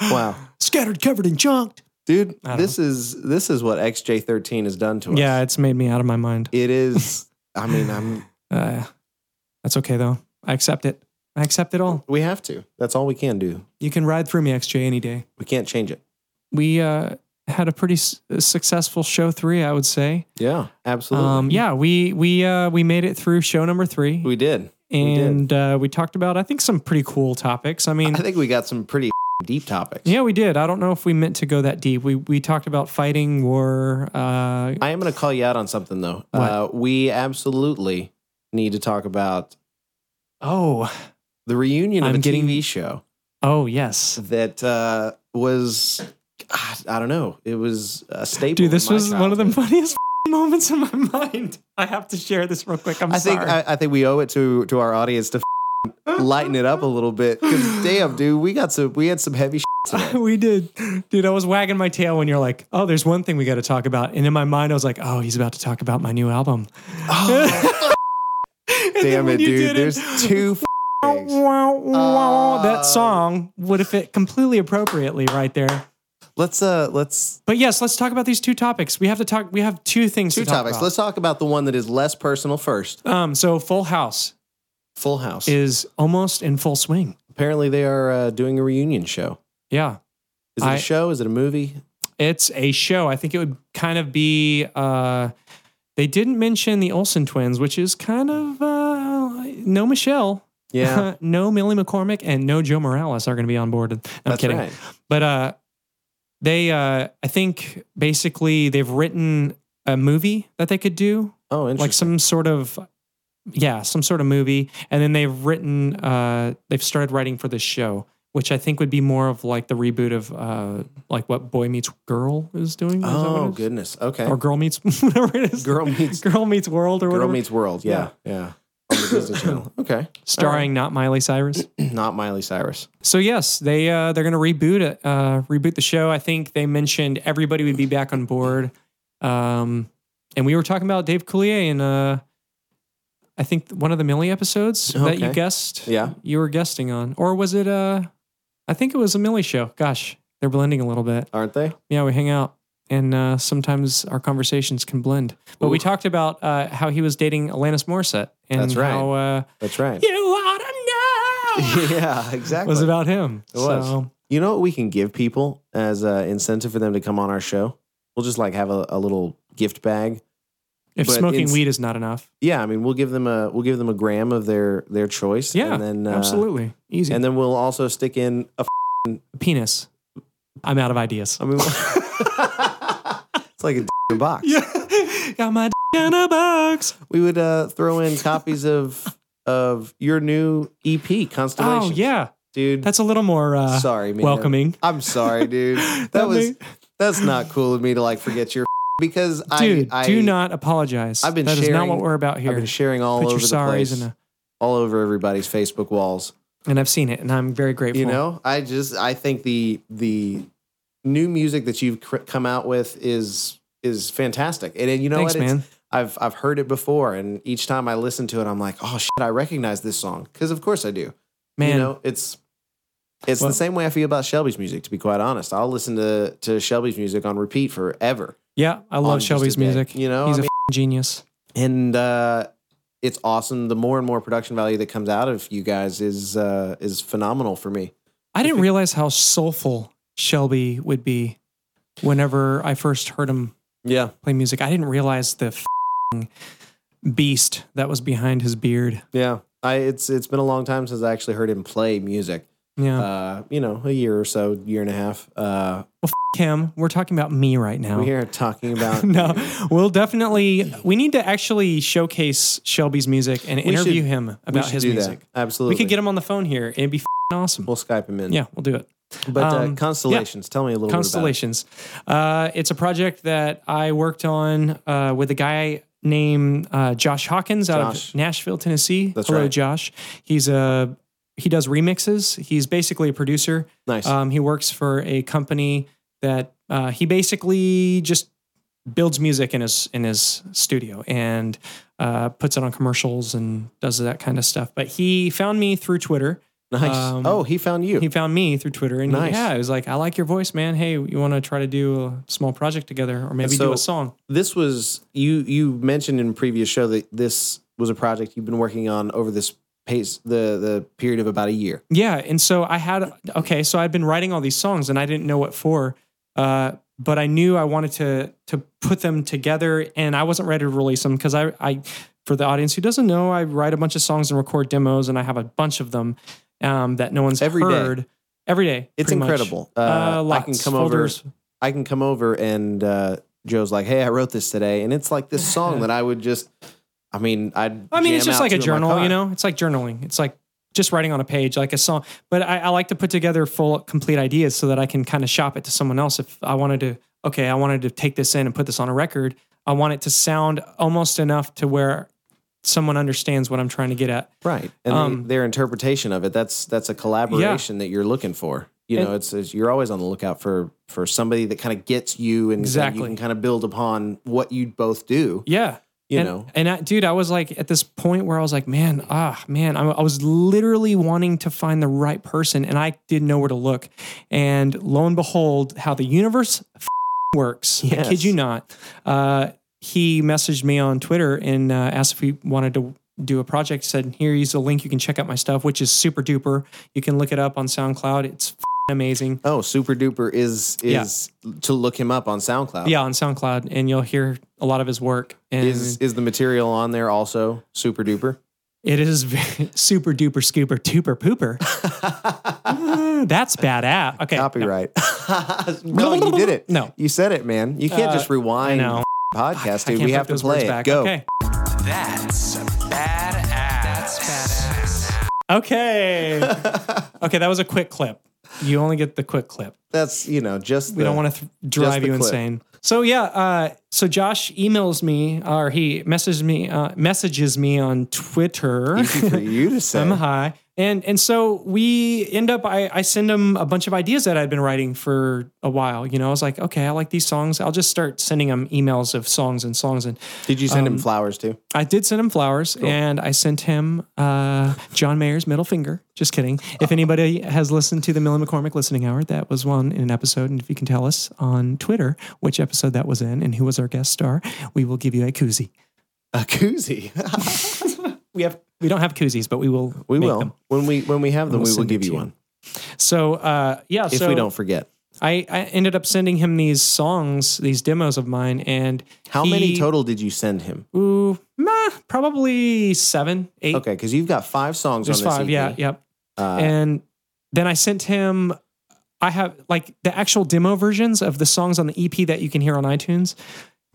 Speaker 2: Wow,
Speaker 3: scattered, covered, and chunked.
Speaker 2: dude,
Speaker 3: I don't
Speaker 2: this is this is what XJ13 has done to us.
Speaker 3: Yeah, it's made me out of my mind.
Speaker 2: it is. I mean, I'm.
Speaker 3: Uh, that's okay though. I accept it. I accept it all.
Speaker 2: We have to. That's all we can do.
Speaker 3: You can ride through me, XJ, any day.
Speaker 2: We can't change it.
Speaker 3: we uh, had a pretty s- uh, successful show three, I would say.
Speaker 2: Yeah, absolutely.
Speaker 3: Um, yeah, we we uh, we made it through show number three,
Speaker 2: we did. did.
Speaker 3: and uh, we talked about I think some pretty cool topics. I mean,
Speaker 2: I think we got some pretty deep topics.
Speaker 3: yeah, we did. I don't know if we meant to go that deep. We we talked about fighting, war. Uh,
Speaker 2: I am going to call you out on something though.
Speaker 3: What?
Speaker 2: Uh, we absolutely need to talk about
Speaker 3: oh,
Speaker 2: the reunion of
Speaker 3: I'm
Speaker 2: a
Speaker 3: getting-
Speaker 2: TV show.
Speaker 3: oh yes.
Speaker 2: that uh, was God, I don't know. It was a staple.
Speaker 3: Dude, this
Speaker 2: in my
Speaker 3: was one of the
Speaker 2: childhood.
Speaker 3: funniest moments in my mind. I have to share this real quick. I'm
Speaker 2: I think
Speaker 3: sorry.
Speaker 2: I, I think we owe it to to our audience to lighten it up a little bit because damn, dude, we got some we had some heavy today.
Speaker 3: we did. Dude, I was wagging my tail when you're like, oh, there's one thing we got to talk about. And in my mind, I was like, oh, he's about to talk about my new album. And then
Speaker 2: Oh. Damn it,
Speaker 3: when you
Speaker 2: dude.
Speaker 3: did it,
Speaker 2: There's two.
Speaker 3: wow,
Speaker 2: things.
Speaker 3: wow, wow,
Speaker 2: Uh,
Speaker 3: that song would have fit completely appropriately right there.
Speaker 2: Let's uh let's
Speaker 3: But yes, let's talk about these two topics. We have to talk. We have two things.
Speaker 2: two
Speaker 3: to talk
Speaker 2: topics.
Speaker 3: About.
Speaker 2: Let's talk about the one that is less personal first.
Speaker 3: Um. So Full House
Speaker 2: Full House.
Speaker 3: is almost in full swing.
Speaker 2: Apparently, they are uh, doing a reunion show.
Speaker 3: Yeah,
Speaker 2: Is it a
Speaker 3: I-
Speaker 2: show? Is it a movie?
Speaker 3: it's a show. I think it would kind of be. Uh, they didn't mention the Olsen twins, which is kind of uh, no Michelle.
Speaker 2: Yeah,
Speaker 3: no Millie McCormick and no Joe Morales are going to be on board. No, I'm
Speaker 2: that's
Speaker 3: kidding.
Speaker 2: right.
Speaker 3: But uh, they, uh, I think, basically they've written a movie that they could do,
Speaker 2: Oh, interesting.
Speaker 3: like some sort of, yeah, some sort of movie, and then they've written, uh, they've started writing for this show, which I think would be more of like the reboot of uh, like what Boy Meets Girl is doing. Is that what it
Speaker 2: oh,
Speaker 3: is?
Speaker 2: goodness. Okay.
Speaker 3: Or Girl Meets whatever it is.
Speaker 2: Girl meets
Speaker 3: Girl Meets World or
Speaker 2: Girl
Speaker 3: whatever,
Speaker 2: Meets uh, World. Yeah, yeah. On the Disney Channel. Okay.
Speaker 3: starring not Miley Cyrus.
Speaker 2: Not Miley Cyrus.
Speaker 3: So yes, they uh, they're going to reboot it, uh, reboot the show. I think they mentioned everybody would be back on board, um, and we were talking about Dave Coulier in uh, I think one of the Millie episodes that you
Speaker 2: Okay.
Speaker 3: guessed,
Speaker 2: Yeah.
Speaker 3: you were guesting on, or was it? Uh, I think it was a Millie show. Gosh, they're blending a little bit.
Speaker 2: Aren't they?
Speaker 3: Yeah, we hang out, and uh, sometimes our conversations can blend. But we
Speaker 2: Ooh.
Speaker 3: talked about uh, how he was dating Alanis Morissette, and
Speaker 2: That's right.
Speaker 3: how uh,
Speaker 2: That's right.
Speaker 3: you ought to know
Speaker 2: yeah, exactly.
Speaker 3: was about him.
Speaker 2: It was.
Speaker 3: So-
Speaker 2: you know what we can give people as an incentive for them to come on our show? We'll just like have a, a little gift bag.
Speaker 3: If
Speaker 2: But
Speaker 3: smoking
Speaker 2: it's-
Speaker 3: weed is not enough,
Speaker 2: Yeah, I mean, we'll give them a we'll give them a gram of their their choice.
Speaker 3: yeah,
Speaker 2: and then, uh,
Speaker 3: absolutely easy.
Speaker 2: And
Speaker 3: And
Speaker 2: then we'll also stick in a. F-
Speaker 3: penis. I'm out of ideas.
Speaker 2: I mean, it's like a d- in a box.
Speaker 3: Got my d- in a box.
Speaker 2: We would uh, throw in copies of of your new EP
Speaker 3: Oh
Speaker 2: Constellation.
Speaker 3: yeah,
Speaker 2: dude.
Speaker 3: that's a little more uh,
Speaker 2: sorry, man.
Speaker 3: welcoming.
Speaker 2: I'm sorry, dude. That,
Speaker 3: That
Speaker 2: was
Speaker 3: may-
Speaker 2: that's not cool of me to like forget your because
Speaker 3: Dude,
Speaker 2: I, I
Speaker 3: do not apologize.
Speaker 2: I've been
Speaker 3: That is not
Speaker 2: sharing-
Speaker 3: what we're about
Speaker 2: I've
Speaker 3: here.
Speaker 2: been sharing all
Speaker 3: Put
Speaker 2: over
Speaker 3: your
Speaker 2: the
Speaker 3: sorries
Speaker 2: place,
Speaker 3: in a,
Speaker 2: all over everybody's Facebook walls.
Speaker 3: and I've seen it, and I'm very grateful.
Speaker 2: You know, I just I think the the new music that you've cr- come out with is is fantastic, and, and you know
Speaker 3: Thanks,
Speaker 2: what? It's-
Speaker 3: man.
Speaker 2: I've I've heard it before, and each time I listen to it, I'm like, oh shit, I recognize this song because of course I do.
Speaker 3: man.
Speaker 2: You know, it's it's
Speaker 3: Well-
Speaker 2: the same way I feel about Shelby's music. To be quite honest, I'll listen to to Shelby's music on repeat forever.
Speaker 3: Yeah, I
Speaker 2: on
Speaker 3: love
Speaker 2: just
Speaker 3: Shelby's
Speaker 2: a day,
Speaker 3: music.
Speaker 2: you know,
Speaker 3: he's
Speaker 2: I
Speaker 3: a
Speaker 2: mean-
Speaker 3: f***ing genius.
Speaker 2: and uh, it's awesome. The more and more production value that comes out of you guys is uh, is phenomenal for me.
Speaker 3: I didn't realize how soulful Shelby would be whenever I first heard him
Speaker 2: Yeah,
Speaker 3: play music. I didn't realize the f***ing beast that was behind his beard.
Speaker 2: yeah. I it's it's been a long time since I actually heard him play music.
Speaker 3: Yeah.
Speaker 2: Uh, you know, a year or so, year and a half. Uh,
Speaker 3: Kim, we're talking about me right now.
Speaker 2: we here talking about
Speaker 3: no, we'll definitely. We need to actually showcase Shelby's music and
Speaker 2: should-
Speaker 3: interview him
Speaker 2: we
Speaker 3: about
Speaker 2: should
Speaker 3: his
Speaker 2: do
Speaker 3: music.
Speaker 2: That. Absolutely,
Speaker 3: We could get him on the phone here. It'd be f***ing awesome.
Speaker 2: We'll Skype him in.
Speaker 3: yeah, we'll do it.
Speaker 2: but
Speaker 3: um,
Speaker 2: uh,
Speaker 3: yeah.
Speaker 2: constellations. Tell me a little
Speaker 3: Constellations. Uh, it's a project that I worked on uh, with a guy named uh, Josh Hawkins out
Speaker 2: Josh.
Speaker 3: of Nashville, Tennessee.
Speaker 2: That's
Speaker 3: Hello,
Speaker 2: right.
Speaker 3: Josh. He's a he does remixes. He's basically a producer.
Speaker 2: Nice.
Speaker 3: Um, he works for a company that uh, he basically just builds music in his in his studio and uh, puts it on commercials and does that kind of stuff. But he found me through Twitter.
Speaker 2: about it. Nice.
Speaker 3: um,
Speaker 2: oh, he found you.
Speaker 3: He found me through Twitter, and
Speaker 2: Nice.
Speaker 3: yeah, it was like, "I like your voice, man. Hey, you want to try to do a small project together, or maybe
Speaker 2: so-
Speaker 3: do a song?"
Speaker 2: this was you. You mentioned in a previous show that this was a project you've been working on over this pace, the the period of about a year.
Speaker 3: Yeah, and so I had okay, so I'd been writing all these songs, and I didn't know what for, uh, but I knew I wanted to to put them together, and I wasn't ready to release them because I I for the audience who doesn't know, I write a bunch of songs and record demos, and I have a bunch of them um, that no one's
Speaker 2: Every day.
Speaker 3: heard every day.
Speaker 2: It's
Speaker 3: pretty much.
Speaker 2: incredible. Uh,
Speaker 3: Uh,
Speaker 2: I
Speaker 3: lots,
Speaker 2: can come
Speaker 3: folders.
Speaker 2: over. I can come over and uh, Joe's like, "Hey, I wrote this today," and it's like this song that I would just. I mean, I'd.
Speaker 3: I mean, it's
Speaker 2: jam
Speaker 3: just
Speaker 2: out
Speaker 3: like a
Speaker 2: to in my
Speaker 3: journal,
Speaker 2: car.
Speaker 3: you know? It's like journaling. It's like just writing on a page, like a song. But I, I like to put together full, complete ideas so that I can kind of shop it to someone else. If I wanted to, okay, I wanted to take this in and put this on a record, I want it to sound almost enough to where someone understands what I'm trying to get at.
Speaker 2: right? And the-
Speaker 3: Um,
Speaker 2: their interpretation of it—that's that's a collaboration that you're looking for. You know, it's, it's you're always on the lookout for for somebody that kind of gets you, and
Speaker 3: Exactly.
Speaker 2: you can kind of build upon what you both do.
Speaker 3: Yeah.
Speaker 2: You
Speaker 3: and,
Speaker 2: know,
Speaker 3: and I, dude, I was like at this point where I was like, man, ah, man, I, I was literally wanting to find the right person, and I didn't know where to look. And lo and behold, how the universe f- works. I
Speaker 2: Yes.
Speaker 3: kid you not. Uh, he messaged me on Twitter and uh, asked if he wanted to do a project. Said, here's a link you can check out my stuff, which is super duper. You can look it up on SoundCloud. It's f- amazing.
Speaker 2: Oh, Super Duper is
Speaker 3: Yeah.
Speaker 2: is to look him up on SoundCloud.
Speaker 3: Yeah, on SoundCloud, and you'll hear a lot of his work. And
Speaker 2: Is is the material on there also Super Duper?
Speaker 3: It is very, super duper scooper tuper pooper. Ah, That's bad app. Okay.
Speaker 2: Copyright. no, you did it.
Speaker 3: No.
Speaker 2: You said it, man. You can't
Speaker 3: Uh,
Speaker 2: just rewind
Speaker 3: no.
Speaker 2: the podcast,
Speaker 3: I
Speaker 2: dude.
Speaker 3: can't
Speaker 2: We
Speaker 3: put
Speaker 2: have to
Speaker 3: those words
Speaker 2: play it.
Speaker 3: back.
Speaker 2: Go.
Speaker 3: Okay.
Speaker 4: That's badass. That's badass.
Speaker 3: Okay. okay, that was a quick clip. You only get the quick clip.
Speaker 2: That's, you know, just
Speaker 3: We don't want to th- drive
Speaker 2: the
Speaker 3: you
Speaker 2: clip.
Speaker 3: insane. So yeah, uh, so Josh emails me or he messages me uh, messages me on Twitter.
Speaker 2: easy for you to say.
Speaker 3: I'm high. And and so we end up I, I send him a bunch of ideas that I'd been writing for a while. You know, I was like, okay, I like these songs. I'll just start sending him emails of songs and songs. And
Speaker 2: Did you
Speaker 3: um,
Speaker 2: send him flowers too?
Speaker 3: I did send him flowers and I sent him uh, John Mayer's middle finger. Just kidding. If anybody has listened to the Millie McCormick listening hour, that was one in an episode. And if you can tell us on Twitter which episode that was in and who was our guest star, we will give you a koozie.
Speaker 2: A koozie.
Speaker 3: We have we don't have koozies, but we will
Speaker 2: we
Speaker 3: make
Speaker 2: will.
Speaker 3: them.
Speaker 2: When we when we have them,
Speaker 3: We'll
Speaker 2: we will
Speaker 3: send it
Speaker 2: give
Speaker 3: to
Speaker 2: you
Speaker 3: you.
Speaker 2: one.
Speaker 3: So uh, yeah,
Speaker 2: If
Speaker 3: so
Speaker 2: we don't forget.
Speaker 3: I, I ended up sending him these songs, these demos of mine, and
Speaker 2: How
Speaker 3: he-
Speaker 2: many total did you send him?
Speaker 3: Ooh, meh, probably seven, eight.
Speaker 2: Okay, because you've got five songs
Speaker 3: there's
Speaker 2: on this E
Speaker 3: five.
Speaker 2: EP.
Speaker 3: Yeah, yep.
Speaker 2: Uh,
Speaker 3: and then I sent him. I have like the actual demo versions of the songs on the EP that you can hear on iTunes.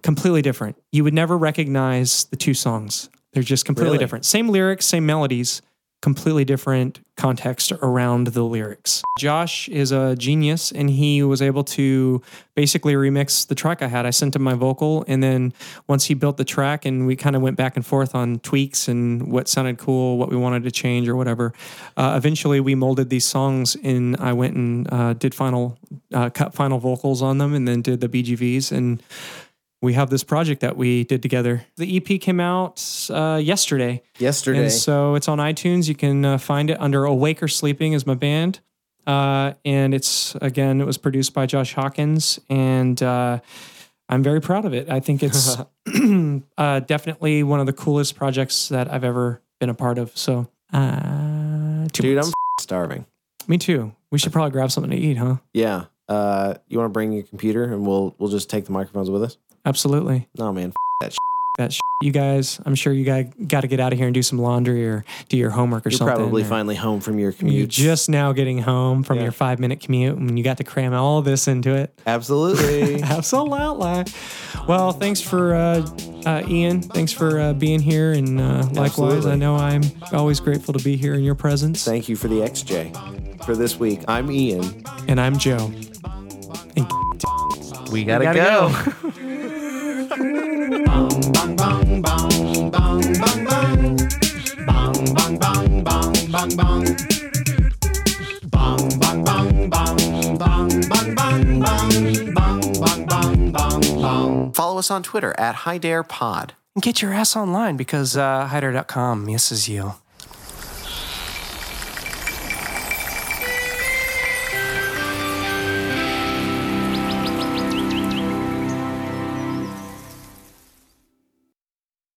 Speaker 3: Completely different. You would never recognize the two songs. They're just completely
Speaker 2: Really?
Speaker 3: different. Same lyrics, same melodies, completely different context around the lyrics. Josh is a genius and he was able to basically remix the track I had. I sent him my vocal and then once he built the track and we kind of went back and forth on tweaks and what sounded cool, what we wanted to change or whatever. Uh, eventually we molded these songs and I went and uh, did final uh, cut final vocals on them and then did the BGVs and we have this project that we did together. The EP came out uh, yesterday.
Speaker 2: Yesterday.
Speaker 3: And so it's on iTunes. You can uh, find it under Awake or Sleeping is my band. Uh, and it's again, it was produced by Josh Hawkins. And uh, I'm very proud of it. I think it's uh, definitely one of the coolest projects that I've ever been a part of. So, uh, two
Speaker 2: Dude, I'm
Speaker 3: months.
Speaker 2: f- starving.
Speaker 3: me too. We should probably grab something to eat, huh?
Speaker 2: Yeah. Uh, you want to bring your computer and we'll we'll just take the microphones with us?
Speaker 3: Absolutely.
Speaker 2: No, man. F- that. Sh-
Speaker 3: That sh- you guys, I'm sure you guys got to get out of here and do some laundry or do your homework or
Speaker 2: You're
Speaker 3: something.
Speaker 2: probably
Speaker 3: or-
Speaker 2: finally home from your commute.
Speaker 3: You're just now getting home from
Speaker 2: Yeah.
Speaker 3: your five minute commute and you got to cram all this into it.
Speaker 2: absolutely.
Speaker 3: Absolutely. Well, thanks for uh, uh, Ian. Thanks for uh, being here, and uh, likewise,
Speaker 2: Absolutely.
Speaker 3: I know I'm always grateful to be here in your presence.
Speaker 2: Thank you for the XJ for this week. I'm Ian.
Speaker 3: and I'm Joe. And
Speaker 2: We gotta,
Speaker 5: gotta
Speaker 2: go.
Speaker 5: go.
Speaker 2: Follow us on Twitter at HiDarePod.
Speaker 5: Get your ass online because uh, hider.com misses you.